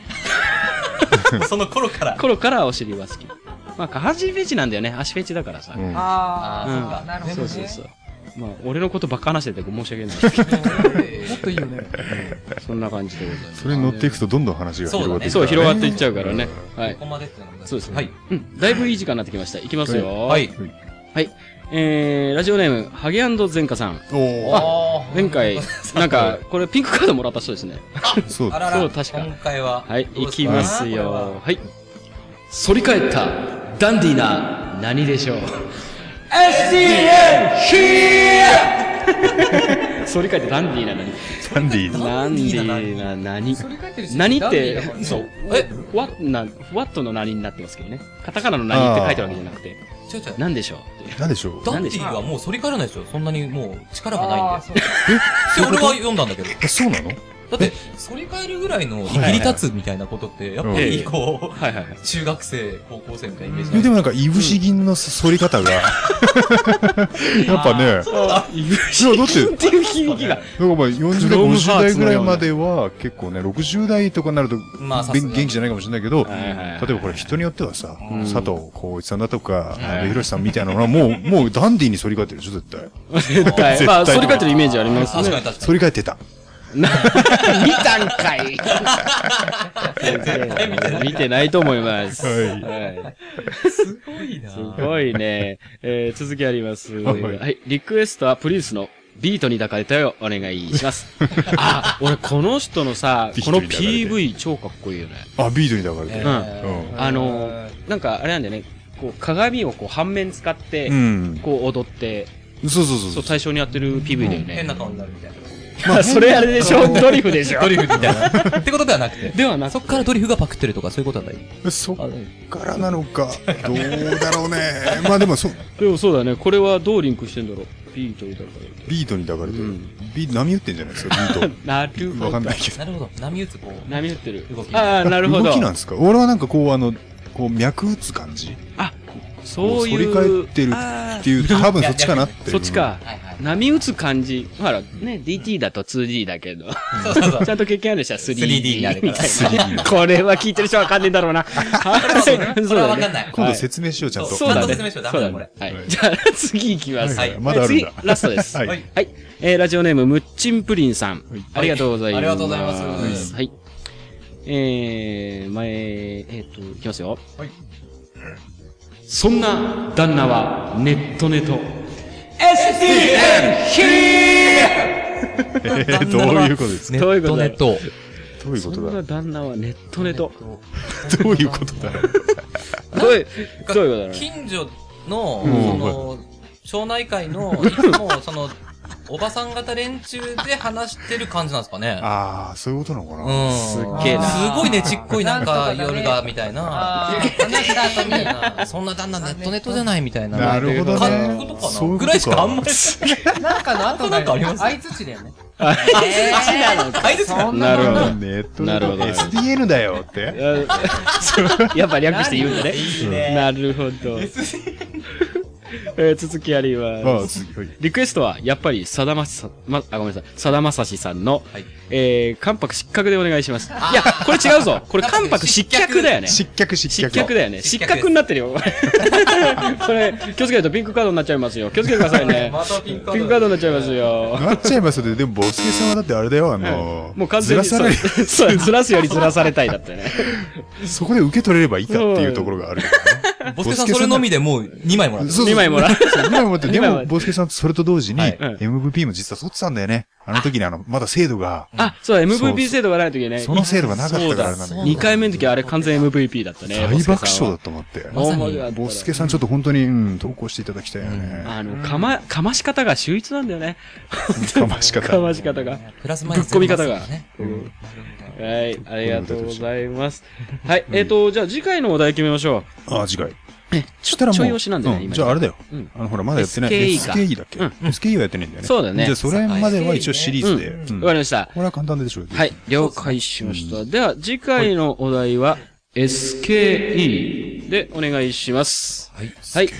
S5: その頃から。
S4: <laughs> 頃からお尻は好き。まあ、下半身フェチなんだよね。足フェチだからさ。
S6: うん
S7: あ
S4: うん
S7: あ、そうかなるほど
S4: そう
S7: ね。
S4: そうそう。まあ、俺のことばっか話してて申し訳ないんですけ
S7: もっといいよね。
S4: ど、そんな感じでございます。
S6: それに乗っていくとどんどん話が広がっていく
S4: そう、広がっていっ
S6: ゃ
S4: ちゃうからね。はい
S5: こ。こまでっていうのも
S4: そうですね
S5: はい。
S4: うん。だいぶいい時間になってきました。いきますよ。
S5: はい。。
S4: はい。えー、ラジオネーム、ハゲゼンカさん。
S6: う。おー
S5: あ
S4: 前回、なんか、これピンクカードもらった人ですね。
S6: そう
S5: あら
S4: そ
S5: ら、
S4: う確か
S5: 今回は。
S4: はい、
S5: どう
S4: い
S5: です
S4: き
S5: か
S4: ますよ。。はい。反り返った、ダンディーな、何でしょう。SDN ヒー反り返ってダンディーな何
S6: サンディーズ。
S4: ダンディーな何
S7: それ書いてる人
S4: 何っ
S7: ダンディーだから
S4: て、
S7: ね
S4: そう。え、ふわっな、ふわっとの何になってますけどね。カタカナの何って書いてあるわけじゃなくて、
S5: ちょちょ、
S4: 何でしょうって
S6: なんでしょう
S5: ダンディはもう反り返らないでしょ。そんなにもう力がないん
S7: あ
S5: で
S7: あ、。そうか。
S5: って俺は読んだんだけど。
S6: え、そうなの
S5: だって、反り返るぐらいの握り立つみたいなことって、やっぱりこ
S4: はい <laughs> はいはい。
S5: う、中学生、高校生みたいなイメージ
S6: え
S5: な
S6: で
S5: んで
S6: もなんか、いぶし銀の反り方 <laughs> が、やっぱね、
S4: あ、いぶし
S6: そうだって、
S4: っていう響きが。
S6: だからまあ40
S4: ク
S6: 代、
S4: ローム
S6: 50
S4: ハー
S6: 代
S4: ツ
S6: ぐ
S4: の
S6: らい
S4: ような
S6: までは結構ね、60代とかになると、
S5: まあさす
S6: 元
S5: がに
S6: 元気じゃないかもしれないけど、例
S4: はいはいはい
S6: えばこれ人によってはさ、
S4: ん
S6: 佐藤浩一さんだとか、
S4: い
S6: 阿部寛さんみたいなのは <laughs> もう、もうダンディーに反り返ってるでしょ、絶対。
S4: 絶対。
S6: 対
S4: まあ、反り返ってるイメージありますね。
S5: 確かに確か
S6: 反り返ってた。
S4: 見たんかい <laughs> 見てないと思います。
S6: はい
S4: は
S5: に。すごいな。
S4: い。すごいね。えー、続きあります。は、
S6: はいい
S4: リクエストはプリンスのビートに抱かれたよ。お願いし
S6: <laughs>
S4: ます。あ、俺この人のさ、
S6: ビー
S4: こ
S6: トに
S4: の
S6: 抱かれて
S4: PV 超かっこいいよね。
S6: あ、ビートにだから
S4: う
S6: ね。
S4: ん。あの、なんかあれなんだよね。こう、鏡をこう半面使って、
S6: うん。
S4: こう踊って、
S6: そうそうそう
S4: そ
S6: そう
S4: う、。対象にやってる PV だよ
S5: 変
S4: ね。
S5: な顔になるみたいな。
S4: それあれでしょドリフでしょ
S5: ドリフみたいな。ってことではなくて。
S4: ではなく
S5: そっからドリフがパクってるとか、そういうことはない。
S6: <laughs> そっからなの
S4: <laughs>
S6: か、どうだろうね。 <laughs> まあでもそう、
S4: でもそうだね。これはどうリンクしてんだろうビートに抱かれて。
S6: ビートに抱かれてる
S4: うん。
S6: ビート、波打ってんじゃないです
S4: <laughs>
S6: か、ビー
S4: なる
S6: ト。わ
S4: ほ
S6: かん
S4: ど
S6: な。いけど。
S5: なるほど。波打つ、こう。
S4: 波打ってる。
S5: 動き
S4: ああ、 <laughs> なるほど
S6: 動き。なんですか俺はなんかこう、あの、こう、脈打つ感じ。
S4: あ、そうい
S6: 反り
S4: う。
S6: 返ってる
S4: あ
S6: っていう、多分そっちかなっ
S4: ー
S6: て。
S4: そっちか。
S5: はいはい。
S4: 波打つ感じ。ほら、ね、DT だと 2D だけど。
S5: そうそうそう
S4: ち。ゃんと経験ある人は 3D になるみたい
S6: 3D
S4: な。これは聞いてる人わかんねえだろうな。はい
S5: そ
S4: <laughs>
S5: うねこれはわかんない
S6: 今
S4: は
S6: 度説明しよう、ちゃんと。
S5: そ
S4: そうだね。
S5: ちゃんと説明しようダ
S4: そ
S5: メ
S4: う
S5: だ
S4: だね
S5: これ
S4: はい
S6: はい
S4: じゃあ、 <laughs> 次行きます。
S5: はい
S6: まだあるんだ
S4: 次、ラストです。
S6: はい
S5: はい
S4: はい。えー、ラジオネーム、むっちんぷりんさん。ありがとうございます。
S5: ありがとうございます
S4: はい。えー、前、えーっと、いきますよ。
S5: はい
S4: そんな旦那は、ネットネト。
S6: え <laughs> ーどういうこと
S4: <laughs>
S6: ですか
S5: ネ
S4: どういうこ
S5: ッ
S4: と
S5: トネ
S4: だ
S5: ット。
S6: どういう
S4: そ
S6: こと
S4: んな
S6: だ
S4: 旦那は、ネットネト。
S6: どういうことだ
S4: どういう、どういうことだろうね
S5: 近所の、
S6: うん
S5: その、町内会の、いつも、その、おばさん型連中で話してる感じなんですかね。
S6: ああ、そういうことなのかな、
S5: うん。
S3: す
S5: す
S3: っげえな。
S5: ごいねちっこいなん
S7: な
S5: か
S7: んとかだね
S5: 夜が、みたいな。
S7: あー
S5: 話した後みたいな。そんな旦那ネットネットじゃないみたいな。
S6: なるほどね
S5: かそういうことか
S6: そういうことか
S5: なぐらいしかあんまり。
S7: なんかの後だ
S5: なんか
S7: よ
S5: あり
S7: ね。
S5: ます
S7: 相槌だよね。
S5: なのあいつ
S7: そん
S4: な
S7: な
S4: るほど。
S6: ネット
S4: なるほど
S6: SDN だよって。
S4: <laughs> やっぱ略して言うんだね。
S5: いいね。
S4: なるほど。
S6: <laughs>
S4: えー続きあります。
S6: ああ、次、はい。
S4: リクエストは、やっぱり、さだまさ、ま、あ、ごめんなさい、さだまさしさんの、
S5: はい
S4: えー、関白失格でお願いします。いや、これ違うぞ。これ関白失脚だよね。
S6: 失脚、失
S4: 失
S6: 脚。
S4: 脚だよね。
S5: 失
S4: 失
S5: 脚
S4: 格になってる
S6: <laughs>
S4: よ。それ、気をつけるとピンクカードになっちゃいますよ。気をつけてくださいね。
S5: またピンクカード
S4: ピンクカードになっちゃいますよ。
S6: なっちゃいますね。でも、ボスケさんはだってあれだよ、あの、
S4: もう完全に
S6: <laughs> ずらされ
S4: そうそうずらすよりずらされたいだってね。
S6: <laughs> そこで受け取れればいいかっていうところがある。
S5: ボスケさんそれのみでもう2枚も
S4: <laughs>
S5: らった。
S6: そうそう
S4: 2枚もらう。
S6: 2枚もらって、で
S4: 二枚もらう
S6: も、ボスケさんとそれと同時に、
S5: はい
S6: MVP も実は取ってたんだよね。あの時にあの、まだ制度が、
S4: あ、そうだ、
S6: そう
S4: MVP 制度がないときね。
S6: その制度がなかったからなんだけど
S4: 2回目の時はあれ完全 MVP だったね。
S6: 大爆笑だ
S4: っ
S6: と思って。
S5: まさに
S6: ボスケさんちょっと本当に、うん、投稿していただきたいよね。
S4: あの、かま、かまし方が秀逸なんだよね。
S6: かまし方
S4: かまし方が。
S5: プラスマイナス
S4: ぶっ込み方が
S5: ね
S4: はい、ありがとうございます。はい、えっ、と、じゃあ次回のお題決めましょう。
S6: ああ、次回。
S4: え、
S6: そしたらもう、
S4: ちょい押しなんだよね、
S6: うん
S4: 今。
S6: じゃああれだよ
S4: うん。
S6: あの、ほら、まだやってない。
S4: SKE か
S6: SKE だっけ
S4: うん
S6: ?SKE はやってないんだよね。
S4: そうだよね
S6: じゃあ、それまでは一応シリーズで。
S4: う。
S6: うんん
S4: わかりました。
S6: これは簡単でしょうよ
S4: はい、了解しました。では、次回のお題は、SKE でお願いします。はい。はい。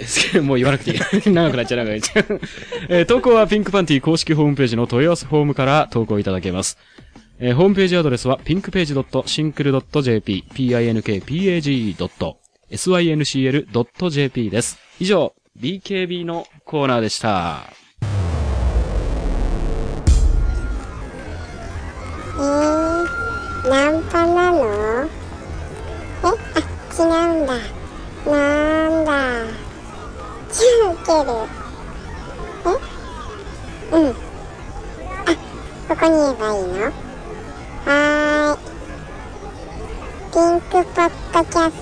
S4: SKE もう言わなくてい <laughs> い。長くなっちゃう、長くな <laughs> っちゃう。えー投稿はピンクパンティ公式ホームページの問い合わせフォームから投稿いただけます。えーホームページアドレスは pinkpage.syncl.jp、pinkpage.syncl.jp です。以上、BKB のコーナーでした。
S2: えー、ナンパなのえ、あ、違うんだ。なんだ。じゃあ受ける。えうん。あ、ここに言えばいいのはーい。ピンクポッドキャス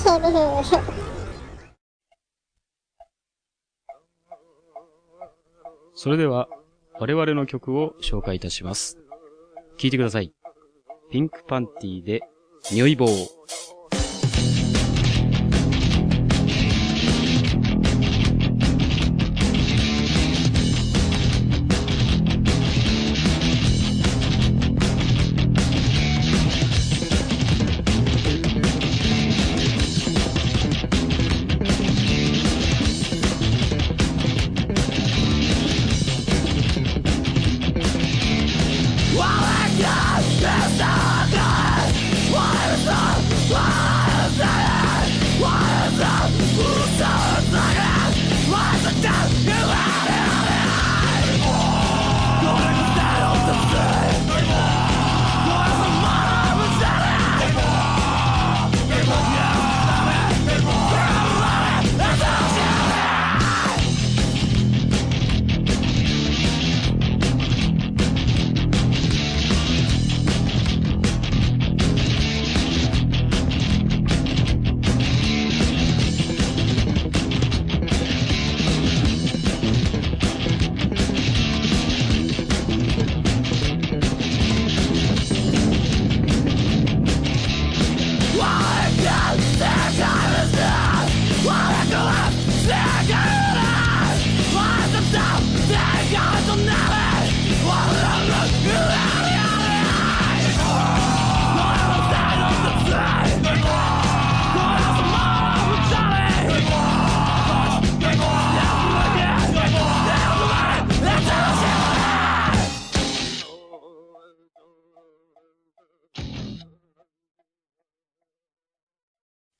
S2: <laughs> ト。受ける。
S4: それでは、我々の曲を紹介いたします。聴いてください。ピンクパンティーで、匂い棒。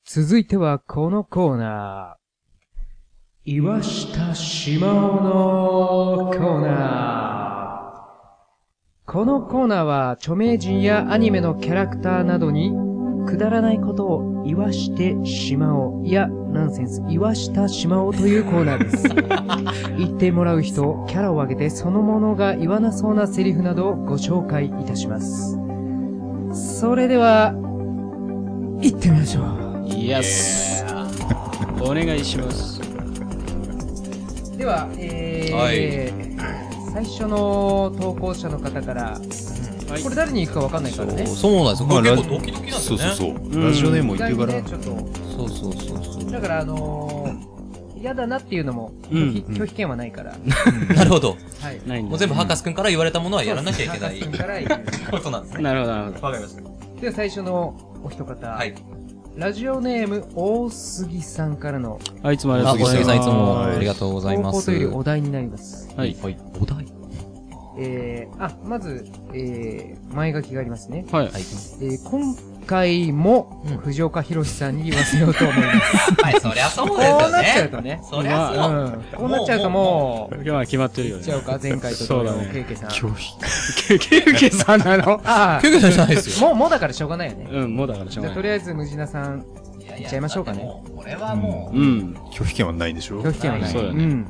S7: 続いてはこのコーナー。岩下しまおのコーナー。このコーナーは著名人やアニメのキャラクターなどにくだらないことを言わしてしまおう。いや、ナンセンス、言わしたしまおうというコーナーです。言ってもらう人、キャラを挙げてそのものが言わなそうなセリフなどをご紹介いたします。それでは、行ってみましょう。
S4: イエス。お願いします。
S7: では、えー最初の投稿者の方から、これ誰に行くかわかんないからね。
S5: そうなんですよ。こ
S6: ま
S5: れ
S6: あ
S5: 結構ドキドキなんです
S6: そう
S5: よね。
S6: そうそう。
S4: ん
S6: ラジオネームを言って
S7: 意
S6: か
S7: 外
S6: ら
S7: にね、。ちょっと、
S5: そうそうそうそう
S7: だからあのー、嫌だなっていうのも
S4: うん
S7: 拒否拒否権はないから、
S5: なるほど。
S7: はい。
S4: ないん
S5: もう
S4: だ。
S5: 全部博士くんから言われたものは <laughs> やらなきゃいけない
S7: そうですね博士君から言
S5: ことなんですね。
S4: なるほど、なるほど。
S5: わかりました。
S7: うでは最初のお一方、
S5: はい。
S7: ラジオネーム大杉さんからの
S4: はい、いつもありが
S5: あ、
S4: とうござい
S5: 小杉
S4: ます。
S5: さんいつもありがとうござい
S7: 投
S5: ま
S7: 稿
S5: す。
S7: というよりお題になります。
S4: はい。
S5: はい。お題
S7: えー、あ、まず、えー、前書きがありますね。
S4: はい。
S5: はい。
S7: えー、今回も
S5: うん、
S7: 藤岡弘さんに言わせようと思います。
S5: はい、そりゃそう
S7: こう
S5: ですよ
S7: なっちゃう
S5: ね。
S7: とね。
S5: そりゃ
S7: う
S5: そう。
S7: ん。こうなっちゃうともう、
S4: 今日は決まってるよ
S7: いっちゃ
S4: ね。
S7: うか、前回と
S4: そ
S7: 同
S4: うだ
S7: 様、
S4: ね
S7: ケイケさん。
S4: ケウケさんなの
S7: あ
S5: 救急車じゃないで
S7: あ、
S5: すよ。
S7: もう、もうだからしょうがないよね。
S4: うん、もうだからしょう
S7: じゃあ、
S4: が
S7: と
S4: ない。
S7: りあえず、ムジナさん、
S5: や
S7: 行っちゃいましょうかね
S5: だってもこれはもう、
S4: うん。
S6: 拒否権はないんでしょ
S7: 拒否権はない。
S4: そうだよね
S7: ん。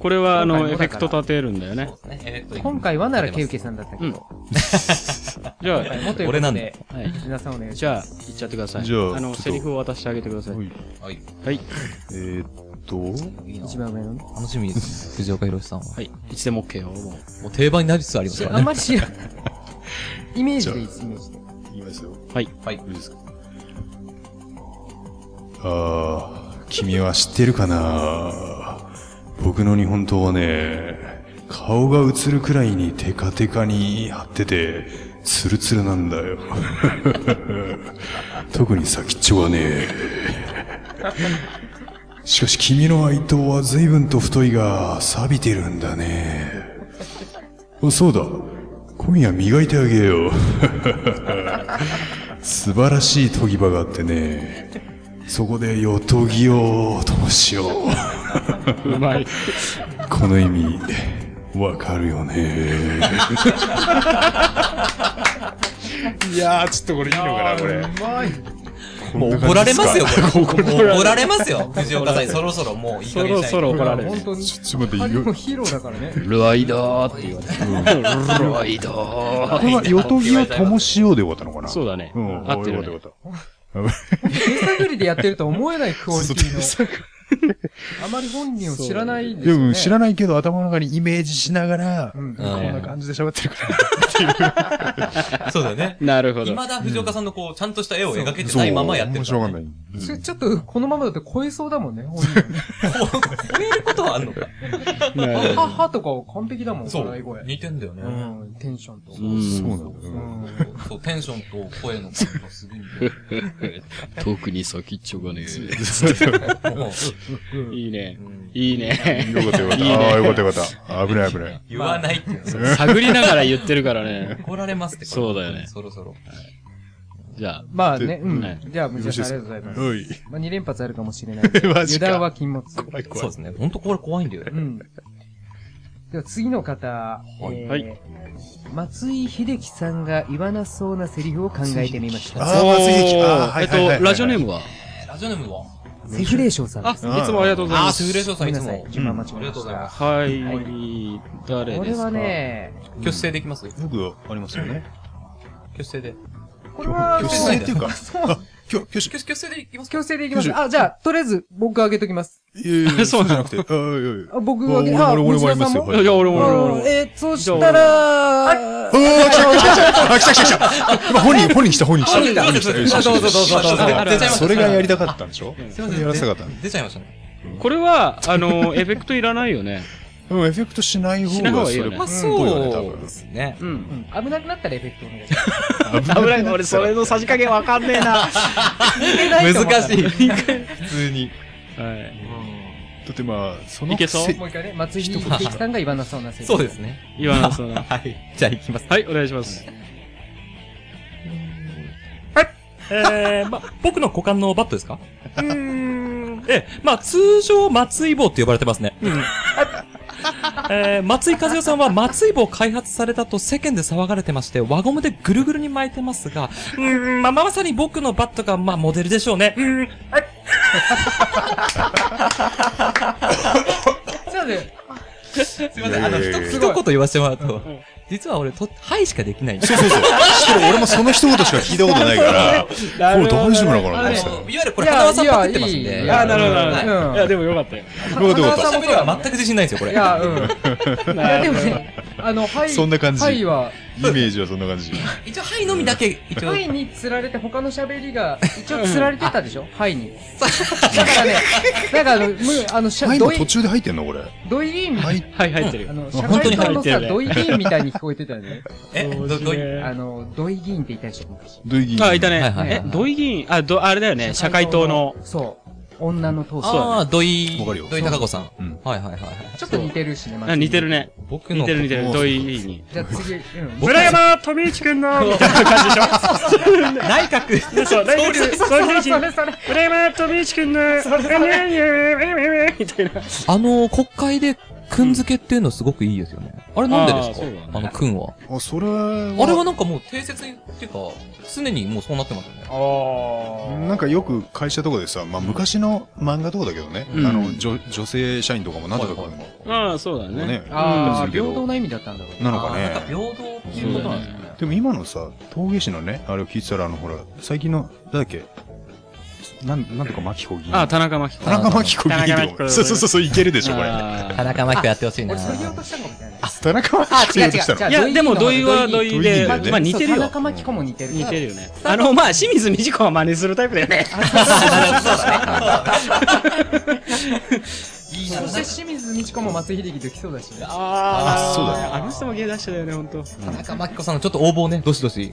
S4: これは、あ
S7: 今
S4: の、
S7: 回
S4: エ
S7: も
S4: フ
S7: だ
S4: ェ
S7: か
S4: ク
S7: ら
S4: ト立てるんだよね
S5: そ。うですね。
S7: 今回はならケウケさんだったけど。
S4: じゃあ、
S7: もっと
S5: 俺なんだ
S7: で、
S4: はい
S7: ムジナさんお願いし
S4: じ
S7: ま
S4: ゃあ、行っちゃってください。
S6: じゃ
S4: の、
S6: あちょっと
S4: セリフを渡してあげてください。
S6: はい
S5: はい。
S4: はい。
S6: えーっと、
S5: いい
S7: す。
S5: な
S7: 一番上のね。
S5: 楽しみですね。藤岡弘さんは。
S4: はい。いつでも OK よ。も
S5: もう定番になりつつありますか
S7: あ
S5: ら
S7: ん
S5: ね。
S7: まり知らない。イメージでいいです、イメージで。
S6: 言いますよ。
S5: はい。
S6: いいですかああ、君は知ってるかな僕の日本刀はね、顔が映るくらいにテカテカに張ってて、ツルツルなんだよ。特に先っちょはね、しかし君の愛刀は随分と太いが、錆びてるんだね。おそうだ、今夜磨いてあげよう。 <laughs> 素晴らしい研ぎ場があってねそこでよとぎをともしよう
S4: う。うまい。
S6: この意味わかるよねいやーちょっとこれいいのかなこれ
S5: もう怒られますよ、これ。もう怒られますよ。藤岡さん、そろそろもういい
S4: そ
S5: 加減に
S4: ろ
S5: しないと
S4: そろ怒られる。
S7: 本当に。
S6: ちょっと待って
S7: もうヒーローだからね。
S8: ライダーって言われて。ライダー。
S6: これはよとぎをともしようで終わったのかな
S4: そう
S6: う
S4: だね。
S6: ん
S4: 合ってる
S6: よ
S4: ね。
S6: かったよかっ
S7: 手探りでやってるとは思えないクオリティの。あまり本人を知らないんですよ
S6: た
S7: ね。
S6: うん知ら
S7: ない。
S6: ないけど頭の中にイメージしながら
S7: うん。
S6: こんな感じで喋ってるから
S5: そうだよね。
S4: なるほ
S5: 未
S4: ど。
S5: だ藤岡さんのこう、ちゃんとした絵を描けてないままやってるか
S6: そう
S5: ら
S6: 面
S5: ね。
S6: 白がない
S7: ちょちょっと、このままだと超えそうだもんね、本人。
S5: 超えることはあんのか。
S7: ははとかは完璧だもん、
S5: そ
S7: 笑いう声。。
S5: 似てんだよね。
S7: うん、テンションと。
S4: う。
S6: そうんなんだようん
S5: そう、テンションと声の感じがすごい似てる。
S8: 特に先っちょがね。
S7: <laughs>
S5: も
S4: <laughs>
S5: う
S4: いいね。いいね。
S6: よかったよかった
S4: いいね
S6: ああよかったよかった危ない危ない
S5: 言わないっていう。
S4: 探りながら言ってるから <laughs> ね。
S5: 怒られますって、これ
S8: そうだよね
S5: そろそろ。
S8: じゃあ、
S7: まあね、う
S4: はい
S7: ん。じゃあ、むちゃさんありがとうございます。
S6: おい
S7: まあ、2連発あるかもしれないけど。
S6: マジか
S7: 油断は禁物。
S5: そうですね。ほんとこれ怖いんだよね。
S7: うん。では次の方、えー
S4: はい
S7: 松井秀喜さんが言わなそうなセリフを考えてみました。
S6: あー松井秀喜
S4: おー
S6: あーはいはいはいはい
S4: えっと、ラジオネームは
S5: ラジオネームは
S7: セフレーションさん
S4: あ、
S7: で
S4: い
S7: す。
S4: つもありがとうござい
S5: あ
S4: ま
S5: ー、
S4: す。
S5: スフレーションさ
S7: ご
S5: ん
S7: めん
S5: いつ
S7: なさ
S5: も
S7: い。。順番間違え
S5: あ
S7: ま
S5: りがと
S7: し
S5: うございま
S7: た。
S4: はい、誰
S7: こ
S4: で
S7: れ
S4: すか
S7: はね、
S5: 挙手制できます挙
S6: 僕ありますよね
S5: 手制で。
S7: これは、
S6: 挙手制っていうか、あ、きょ、挙手、
S5: 挙手、挙手制でいきますか
S7: 強制でいきます。あ、じゃあ、とりあえず、僕あげときます。
S6: いやいや、そうじゃなくて、あいやいや
S7: あ僕
S6: あ
S7: あげ、あ、
S6: 俺俺俺もありますよ
S7: 藤
S6: はい
S4: や、俺も俺も
S7: 原さんも
S4: 俺
S7: うん
S4: も。
S7: えー、そしたら、あ
S6: おー、来た来た来たあ来た来た来た今本人、本人来た本人来た。本人来たよしよしよし
S5: どうぞどうぞどうぞ出ちゃいました
S6: それがやりたかったんでしょ
S5: すいま
S6: やらせたか
S5: せ
S6: った
S5: ん。で出ちゃいましたね。
S4: これは、あ <laughs> の、エフェクトいらないよね。
S6: でもエフェクトしない方
S4: しない方が
S6: が
S4: いいよね
S5: まあ
S6: ぽいよね多
S5: そう
S6: 分
S5: ですね。
S4: うん。
S7: 危なくなったらエフェクトお願いします。
S4: 危ない。俺、 <laughs> それのさじ加減わかんねえな。は
S5: <laughs> 難しい。普通に。
S4: い。
S6: だってまあ、その、
S4: いけそう
S6: せ
S7: もう一回ね、松井秀喜さんが言わなそうなセリフ。
S5: そうですね。
S4: 言わな <laughs> そうな。
S5: はい。じゃあ行きます。
S4: はい、お願いします。
S5: えー、ま、僕の股間のバットですかうーん。ええ、まあ、通常、松井棒って呼ばれてますね。えー、松井和代さんは松井棒を開発されたと世間で騒がれてまして、輪ゴムでぐるぐるに巻いてますが、うーん、まあ、まさに僕のバットが、まあ、モデルでしょうね。うーん。
S7: じゃあね、
S5: すいません、あの、
S6: いやいや
S5: 一
S6: いや
S5: 言一言言わせてもらうと、実は俺、と、はいしかできないんですよ。
S9: しかも俺もその一言しか聞いたことないから、これ大丈夫なのかなと思ってた
S5: いわゆるこれ、花輪さんパクってますん
S7: いやい
S5: で。
S7: やい
S4: い
S7: や
S4: やー、なるほど、なるほど。
S7: うん
S4: いや、でもよかったよ。
S7: よかった
S5: 花輪さんもは全く自信ないんですよ、これ。
S7: いや、うん。いや、でもね、あの、はい。
S9: そんな感じ
S7: はいは、
S9: イメージはそんな感じ。
S5: 一応、はいのみだけ、一応
S7: は。いに釣られて他の喋りが、一応釣られてたでしょはいに。だからね、なんかあの、むあの、しゃ
S9: はい、
S7: ド
S9: 今
S7: イ
S9: 途、中で入ってんのこれ。
S7: ドイリーンみた
S9: はいい。
S4: はい、入ってる
S7: な、あ
S4: よ。
S7: の、社
S5: 本当
S7: 会
S5: に
S7: 派
S5: 入
S7: の
S4: ってる
S7: さ、
S4: ね
S7: ドイリーンみたいに聞こえてたよね。
S5: え、ど、ど、
S7: あの、ドイ議員っていたでしょ昔。
S9: どういう議員
S4: あ、いたね。
S5: はいはいはい
S4: え、土井議員、あ、ど、あれだよね、社会党の。。
S7: そう。女の党
S4: そうだ
S7: 首。
S4: ね
S5: ああ、土井
S9: わかるよ、
S5: 土井高子さん
S9: うん。
S5: はいはいはいはい。
S7: ちょっと似てるしね、ま
S4: あ
S7: ず
S4: 似てる。ね。
S5: 僕の。
S4: 似てる似てる、
S9: 僕
S4: 土井議員に。
S7: じゃあ次、
S4: <laughs>
S7: うん。
S5: 僕は
S4: 山富一 <laughs> 君の、みたいな感じでし
S5: 内閣。
S4: ょそう、大学生、総理大
S7: そ
S4: 臣
S7: れそれ。
S4: 村山富一君の、みたいな。
S5: あの、国会で、くんづけっていうのすごくいいですよね。あれなんでです
S4: あー
S5: か
S4: そうだね
S5: あの、くんは。
S9: あ、それは、
S5: あれはなんかもう定説に、っていうか、常にもうそうなってますよね。
S9: なんかよく会社とかでさ、まあ昔の漫画とかだけどね、
S4: うん
S9: あの、女女性社員とかもなんとかこういうの
S4: ああ、そうだ
S9: も
S4: ね。
S9: ね、
S7: あ
S9: う
S7: あ、
S9: ん
S7: 平等な意味だったんだろうね。
S9: なのか
S5: あーなんか
S9: ね。
S5: 平等っていうことなんですよね。
S9: でも今のさ、峠師のね、あれを聞いてたら、あの、ほら、最近の、なんだっけ、なん、なんとか巻子議員。
S4: あ、田中真紀子。
S9: 田中真紀子議
S4: 田中
S9: 員
S4: 真紀子
S9: そうそうそうそう、いけるでしょ、これ。
S4: あ
S5: 田中真紀子やってほしいな
S7: 俺、。それ言おうとしたかもしれない。
S9: 田中真紀子
S7: 違
S9: 議
S7: う
S9: 員
S7: 違う
S9: 来た
S7: 違う
S4: ーいや、でも土井は土
S9: 土
S4: 井で、
S9: 井だよね
S4: まあ似てる
S7: そう田
S4: よ
S7: 中。真紀子も似てる。
S4: 似てるよね。あの、まあ、清水美智子は真似するタイプだよね。
S7: そして清水美智子も松井秀喜できそうだしね。
S4: あ
S9: ーそうだね
S4: あの人も芸出してたよね、ほんと。
S5: 田中真紀子さんのちょっと応募をね、どしどし。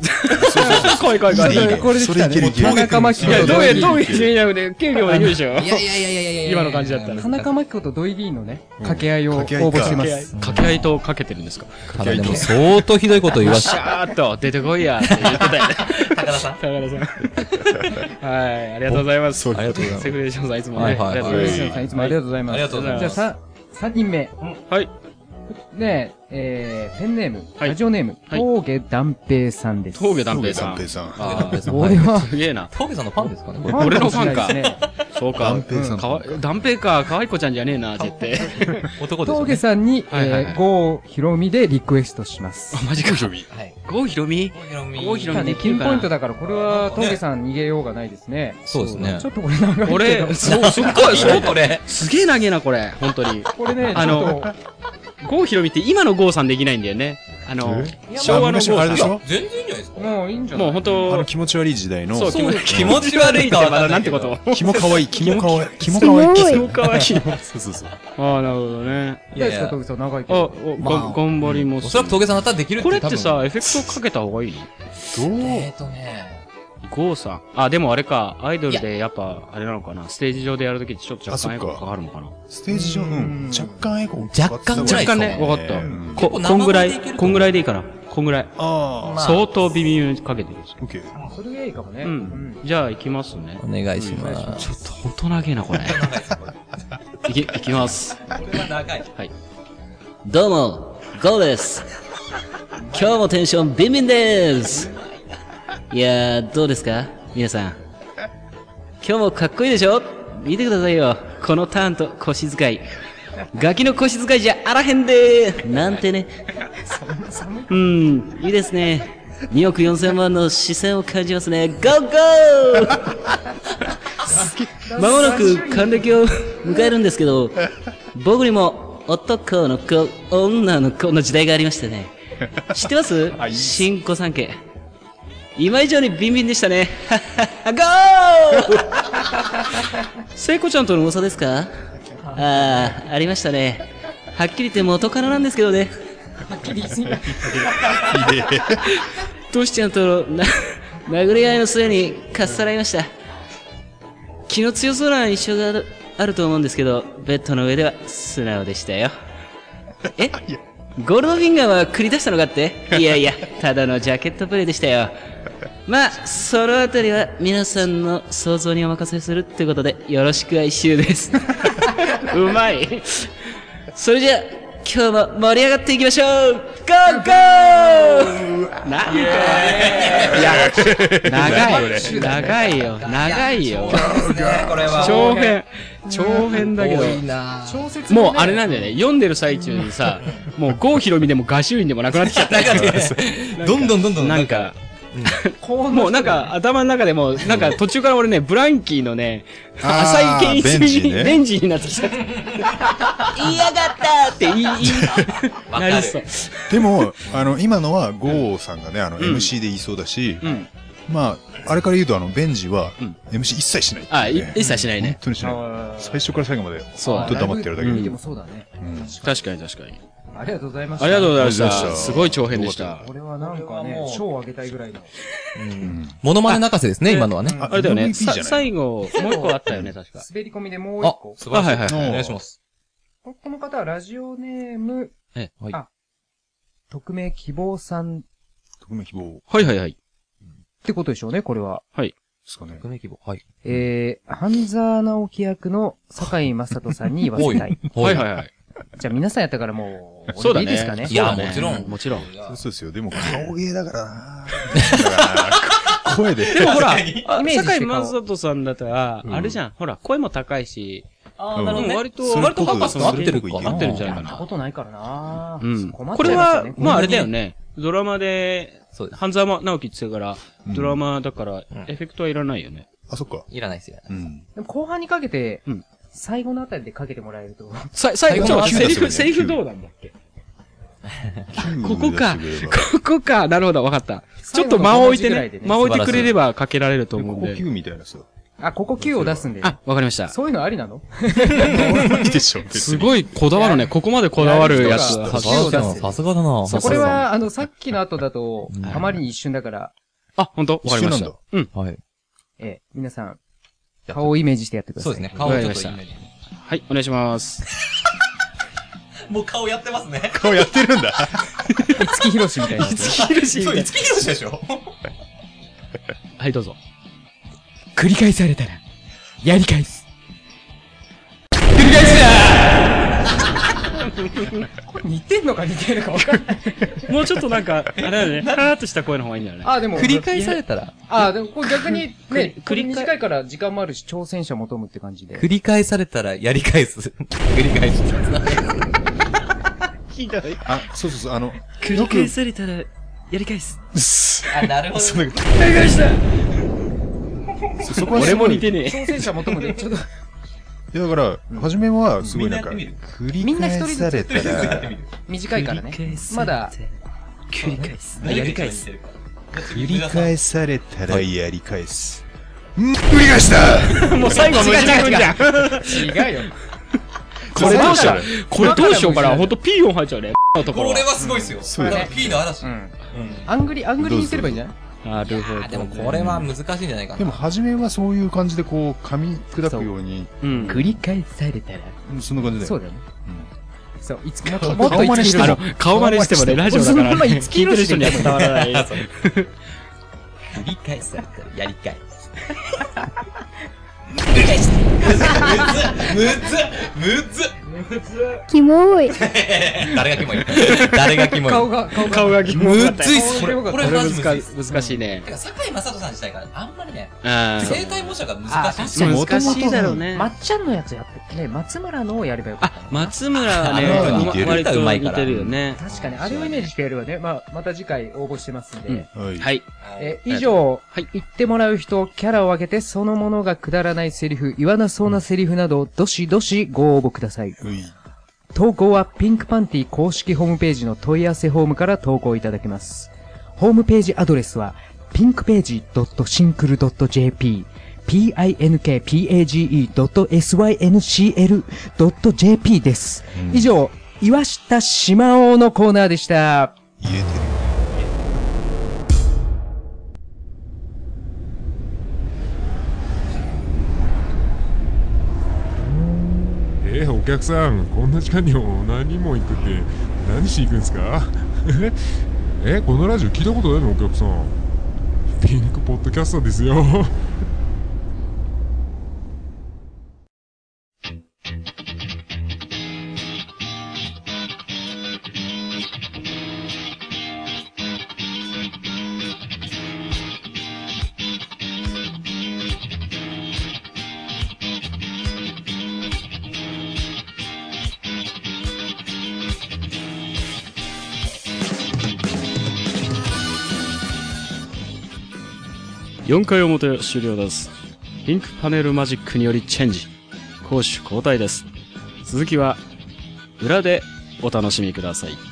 S4: 怖い怖い怖い。い
S9: いいね
S7: これで
S9: そ
S7: 来たね
S9: れいけるいける
S7: 田中真紀子
S4: や、
S7: と
S4: どう
S7: 土
S4: や、
S7: 井議
S4: どう
S7: 員。
S4: いう意味なので、給料できるでしょ。
S5: いやいやいやいやいや
S4: 今の感じだったら
S7: 田中真紀子と土井議員のね、掛け合いを応
S9: 掛け合いか
S7: 募してま
S4: 掛け合い
S7: す。
S4: 掛け合いとかけてるんですか
S5: ただでも相当ひどいこと言わし
S4: シ
S5: て。
S4: ャーっと出てこいやって言ってたよね。
S5: <laughs> 高田さん。
S4: 高田さん。はい、ありがとうございます。
S5: ありがとうございます
S4: セクレーションさんいつもね。
S5: はいはい
S4: ありがとうございます
S7: 西野さんいつもありがとうございます。
S5: ありがとうございます
S7: じゃあさ、三人目。
S4: はい。
S7: ねえ、えーペンネーム、
S4: はい
S7: ラジオネーム、
S4: はい
S7: 峠断平さんです。
S4: 峠
S9: 丹
S4: 断平さん。
S9: さん。
S4: あー
S7: 俺は、
S4: すげえな。
S5: 峠さんのファンですかねこれ
S4: 俺のファンか
S7: もしれないですね
S4: そうか。
S9: 断平さん
S4: かわい、断平か。可愛い子ちゃんじゃねえな、絶対。
S5: 男ですよ
S7: 峠
S5: ね。
S7: さんに、え
S4: はいはいはい
S7: ー、郷ひろみでリクエストします。
S4: あ、マジか。
S5: はい。
S4: 郷ひろみ
S5: 郷ひろみ
S4: 郷ひろみ
S7: ただね、
S4: でき
S7: ピ
S4: る
S7: ン
S4: か
S7: ポイ
S4: な
S7: ントだから、これは峠さん逃げようがないですね。
S5: そうですね
S7: ちょ。っと俺長いけど。
S4: 俺、 <laughs> そう、すっごい、すごい、
S5: これ。
S4: すげえ長えな、これ。本当に。
S7: これね、
S4: あ
S7: ち
S4: の
S7: ょっと、
S4: 郷ひろみって今の郷さんできないんだよね。あの、昭和の郷
S9: あ昔のあれで
S4: さん
S9: し。ょ
S5: 全然いいんじゃないですか
S7: もういいんじゃない
S4: もう本
S9: あの
S4: 当、
S9: 気持ち悪い時代の、
S4: そう、 <laughs> 気持
S5: 気持ち悪い
S4: ち悪い
S5: かは
S4: ってまだなんて
S5: けど
S4: ことを。
S9: 気も可愛い、気も可愛い、気も可愛い。
S2: す
S4: 気
S2: ご
S4: も
S2: い。
S4: 可愛い。
S9: そうそうそう。
S4: ああ、なるほどね。
S5: い
S7: ど
S5: や
S7: う
S5: い
S7: ですか、
S5: や
S7: 峠さん長いけ
S4: あ、お
S7: ど。、
S4: が頑張りま
S5: お
S4: す
S5: そらく。峠さんだったらできるって
S4: これって
S5: 多分
S4: さ、エフェクトかけた方がいいの
S5: えっとね、
S4: ゴーさん。あ、でもあれか、アイドルでやっぱ、あれなのかな、ステージ上でやるときってちょっと若干エ
S9: あそっ
S4: コ
S9: か
S4: ーかかるのかな。
S9: ステージ上、うん、若干エコー
S5: 若干
S9: 使って
S5: ぐら
S9: た
S5: い
S4: 若
S5: かも
S4: 干
S5: ね
S4: ね、わかった。
S9: うん
S4: こ、
S5: 結構
S4: こんぐら
S5: 生でいけ
S4: い、
S5: ると
S4: こんぐらいでいいかな。こんぐらい。
S9: あ
S5: まあ
S4: 相当微妙にかけてるんですよ
S9: あ、オッケー。
S7: あそれがいいかもね。
S4: う
S7: うん
S4: ん。じゃあ、行きますね
S5: お。願いしま
S4: ち
S5: す
S4: ょ。っと大人げえな、こ
S5: <laughs>
S4: れ。いき、いきます。
S5: これは長い。
S4: はい。
S10: どうも、ゴーです。今日もテンションビンビンです。いやー、どうですか皆さん。今日もかっこいいでしょ見てくださいよ。このターンと腰使い。ガキの腰使いじゃあらへんでーなんてね。うん、いいですね。2億4000万の視線を感じますね。ゴーゴーまもなく還暦を迎えるんですけど、僕にも男の子、女の子の時代がありましてね。知ってます新御三家。今以上にビンビンでしたね。 <laughs> ゴー聖子ちゃんとの噂ですかああ、ありましたね。はっきり言って元からなんですけどね。トシちゃんとのな殴り合いの末にかっさらいました。気の強そうな印象があるあると思うんですけど、ベッドの上では素直でしたよ。えゴールドフィンガーは繰り出したのかっていやいや、ただのジャケットプレイでしたよ。まあ、そのあたりは皆さんの想像にお任せするってことで、よろしく哀愁
S4: <laughs>
S10: です。うまい。それじゃあ、今日も盛り上がっていきましょうゴーゴー
S4: なんかいや、長い、長いよ、長いよ。長編、長編だけど、もうあれなんだよね、読んでる最中にさ、もう郷ひろみでも画集院でもなくなってきちゃった。 <laughs>
S5: どんどんどんどん。
S4: なんか、もうなんか頭の中でもう、なんか途中から俺ね、ブランキーのね、
S11: あー
S4: 浅井健一
S11: ベン
S4: に、
S11: ジね
S4: ベンジになってきち <laughs> ゃった。言いやがったって言い、言い、なりそう。
S6: でも、あの、今のは、ゴーさんがね、あの、MC で言いそうだし、
S4: ん
S6: まあ、あれから言うと、あの、ベンジは、MC 一切しないっていうね、
S4: あ、い一切しない
S6: 本
S4: ね。
S6: 当にしない。最初から最後まで、
S4: そうだ
S6: 本当黙ってるだけ。
S7: 見てもそうだね。
S4: 確かに確かに。
S7: ありがとうございました。
S4: ありがとうございまし
S6: ありがと
S4: た。
S6: うございました
S4: すごい長編でした。
S7: これはなんかね、賞をあげたいぐらいの。
S5: モノマネ泣かせですね、今のはね。
S6: あ
S4: あれだよね。
S6: MVP
S4: さ
S6: じゃない
S4: 最後、もう一個あったよね、確か。
S7: 滑り込みでもう一
S5: あ
S7: 個、。
S5: 素晴らし
S4: あ
S5: い。
S4: はい
S6: はい
S5: お願いします。
S7: ここの方はラジオネーム、
S5: え、はい。
S7: あ匿名希望さんっ
S6: 特命希望で
S4: はいはいはい。
S7: てことでしょうね、これは。
S6: すかね。
S5: 匿名希望。はい。
S7: えー、半沢直樹役の堺雅人さんに言わせたい。
S4: はいはいはい。
S7: じゃあ皆さんやったからもう、
S4: そうだね。
S7: 俺でいいですかね
S5: い。や
S4: そうだね
S5: もちろん
S4: もちろん。
S6: そうですよ。でも、顔芸だからなだから声で。
S4: でもほら、
S7: イメージして
S4: 坂井正人さんだったら、
S6: うん
S4: あれじゃん。ほら、声も高いし、
S12: あ
S6: ーなるほ
S4: うん割と、
S6: それっ
S4: 割
S6: ぽ
S4: とフ
S6: く
S4: ァカスも
S6: 合ってるか
S4: 合ってるんじゃ
S7: や
S4: ないか
S7: った
S4: な。
S7: ことないからな
S4: うん。
S7: 困っ
S4: こ
S7: ちゃ
S4: れ
S7: いますよ
S4: は
S7: ね、
S4: まああれだよ。ね。ドラマで、
S5: そうです。
S4: 半沢直樹って言ってたから、
S6: うん
S4: ドラマだから
S5: ん、
S4: エフェクトはいらないよね。
S6: あ、そっか。
S5: いらないですよ。
S6: うん。
S7: でも後半にかけて
S4: うん、
S7: 最後のあたりでかけてもらえると。
S4: さ、最後、
S5: 最後の
S4: ちょセリ
S6: は
S4: フ、
S6: い
S4: セリフどうなんだっけここか
S6: キング出してくれれば。
S4: ここか。なるほど、わかった。ちょっと間を置いてね、間を置いてくれればかけられると思うん
S6: 呼
S4: で。
S6: 吸みたい
S4: <laughs>
S6: なさ。
S7: あ、ここ9を出すんで。
S4: あ、わかりました。
S7: そういうのありなの
S6: いいでしょ、別
S4: す
S6: に。
S4: ごいこだわるね。ここまでこだわるやつ。
S7: やる人
S5: さ
S7: が
S5: すがだな。
S4: そ
S5: さすがだな。
S4: う
S7: これは、あの、さっきの後だと、あまりに一瞬だから、
S4: あ、本当わかりまし
S6: 一緒なん
S4: た
S6: だ。
S4: うん。
S5: はい。
S7: ええ、皆さん、顔をイメージしてやってくださ
S5: そ
S7: い。
S5: うですね。顔ちょっとイメージ。
S4: はい、お願いします。
S5: もう顔やってますね。
S6: 顔やってるんだ。
S7: 五木ひろしみたいな。
S5: そう、五木ひろしでしょ
S4: はい、どうぞ。
S7: 繰り返されたら、やり返す。繰り返すな似てんのか似てるかわかん
S4: <laughs>
S7: ない。
S4: もうちょっとなんか、あれだよね、はーっとした声の方がいいんだよね。
S7: あ、でも。
S5: 繰り返されたら、
S7: あ、でもこれ逆 <laughs> にね、
S4: 繰
S7: 繰
S4: り
S7: り
S4: 返
S7: 短いから時間もあるし、挑戦者求むって感じで。
S5: 繰り返されたらやり返す。繰り返す。
S6: あ、そうそうそう、あの、
S12: 繰り返されたら、やり返す。
S5: あ、なるほど。
S6: そこは
S4: 俺
S6: すご
S4: も
S6: い
S4: 似てねえ。
S7: 挑戦者求むで、ちょっと、
S6: いやだから、初めは、すごいなんか、
S5: みんなやって
S6: 繰り
S7: みんな一
S6: 返
S7: 人ず
S6: され
S7: つ
S6: たら、
S7: 短いからね。まだ、
S12: 繰り返す。
S5: やり返す。
S6: 繰り返されたらやり返す。ん繰り返した
S4: もう最後の自分じゃん。
S7: 違う <laughs> よ。
S4: これどうしよ
S6: だから
S4: う。これどうしようかな。ほんとピー音入っちゃうね。のところ
S5: こ。れはすごいですよ。
S6: そうだね
S5: だから P の嵐
S7: う。ん。アングリ、アングリにすればいいんじゃない
S4: なるほど。
S5: あ、でもこれは難しいんじゃないか
S6: で
S5: な。
S6: も、初めはそういう感じで、こう、噛み砕くように、
S4: うん。
S7: り返されたら。
S6: うんそんな感じで。
S7: そうだよね。そう、いつもっと、
S6: 顔
S7: もっと
S6: 真似して
S7: いつ
S4: あ
S7: も
S4: の、顔真似してもね、ラジオだから
S7: そのまま
S4: ね、
S7: 五
S4: 聞
S7: 木ひ
S4: い
S7: ろ
S4: てる
S7: し
S4: 人
S7: で
S4: に <laughs> は伝わらない。
S5: 繰り返されたらやり返 <laughs> す。むずむず
S2: キモい。
S5: 誰がキモい誰がキモい
S7: 顔が、顔が。
S4: 顔が気持ち
S5: むずいっす
S7: これ
S5: これ
S7: こ
S5: こ
S7: れ
S5: れマジむずいっす
S4: 難しいね。
S5: てか堺雅人さん自体があんまりね
S4: うん。
S5: 生体模写が難しいんですよ
S6: かに
S4: 難しいだろうね
S7: ま。っちゃんのやつやってね、松村のをやればよかった
S4: あ
S7: な、。
S4: 松村はね、
S6: あの似てる
S4: 割と
S5: うまい
S4: 似
S5: から
S4: てるよね。
S7: 確かに、あれをイメージしてやればね、まあ、また次回応募してますんで。
S4: うん
S6: はい。
S4: はい。
S7: え、以上、
S4: はい
S7: 言ってもらう人、キャラを分けて、そのものがくだらないセリフ、言わなそうなセリフなど、どしどしご応募ください。
S6: うい
S7: 投稿はピンクパンティ公式ホームページの問い合わせフォームから投稿いただけます。ホームページアドレスは、pinkpage.syncl.jp pinkpage.syncl.jp です。以上、岩下島王のコーナーでした。
S6: 言えてる。
S13: えーお客さんこんな時間にも何人も行くって何しに行くんですか <laughs> えこのラジオ聞いたことないのお客さんピンクポッドキャストですよ
S4: 4回表終了です。ピンクパネルマジックによりチェンジ。攻守交代です。続きは、裏でお楽しみください。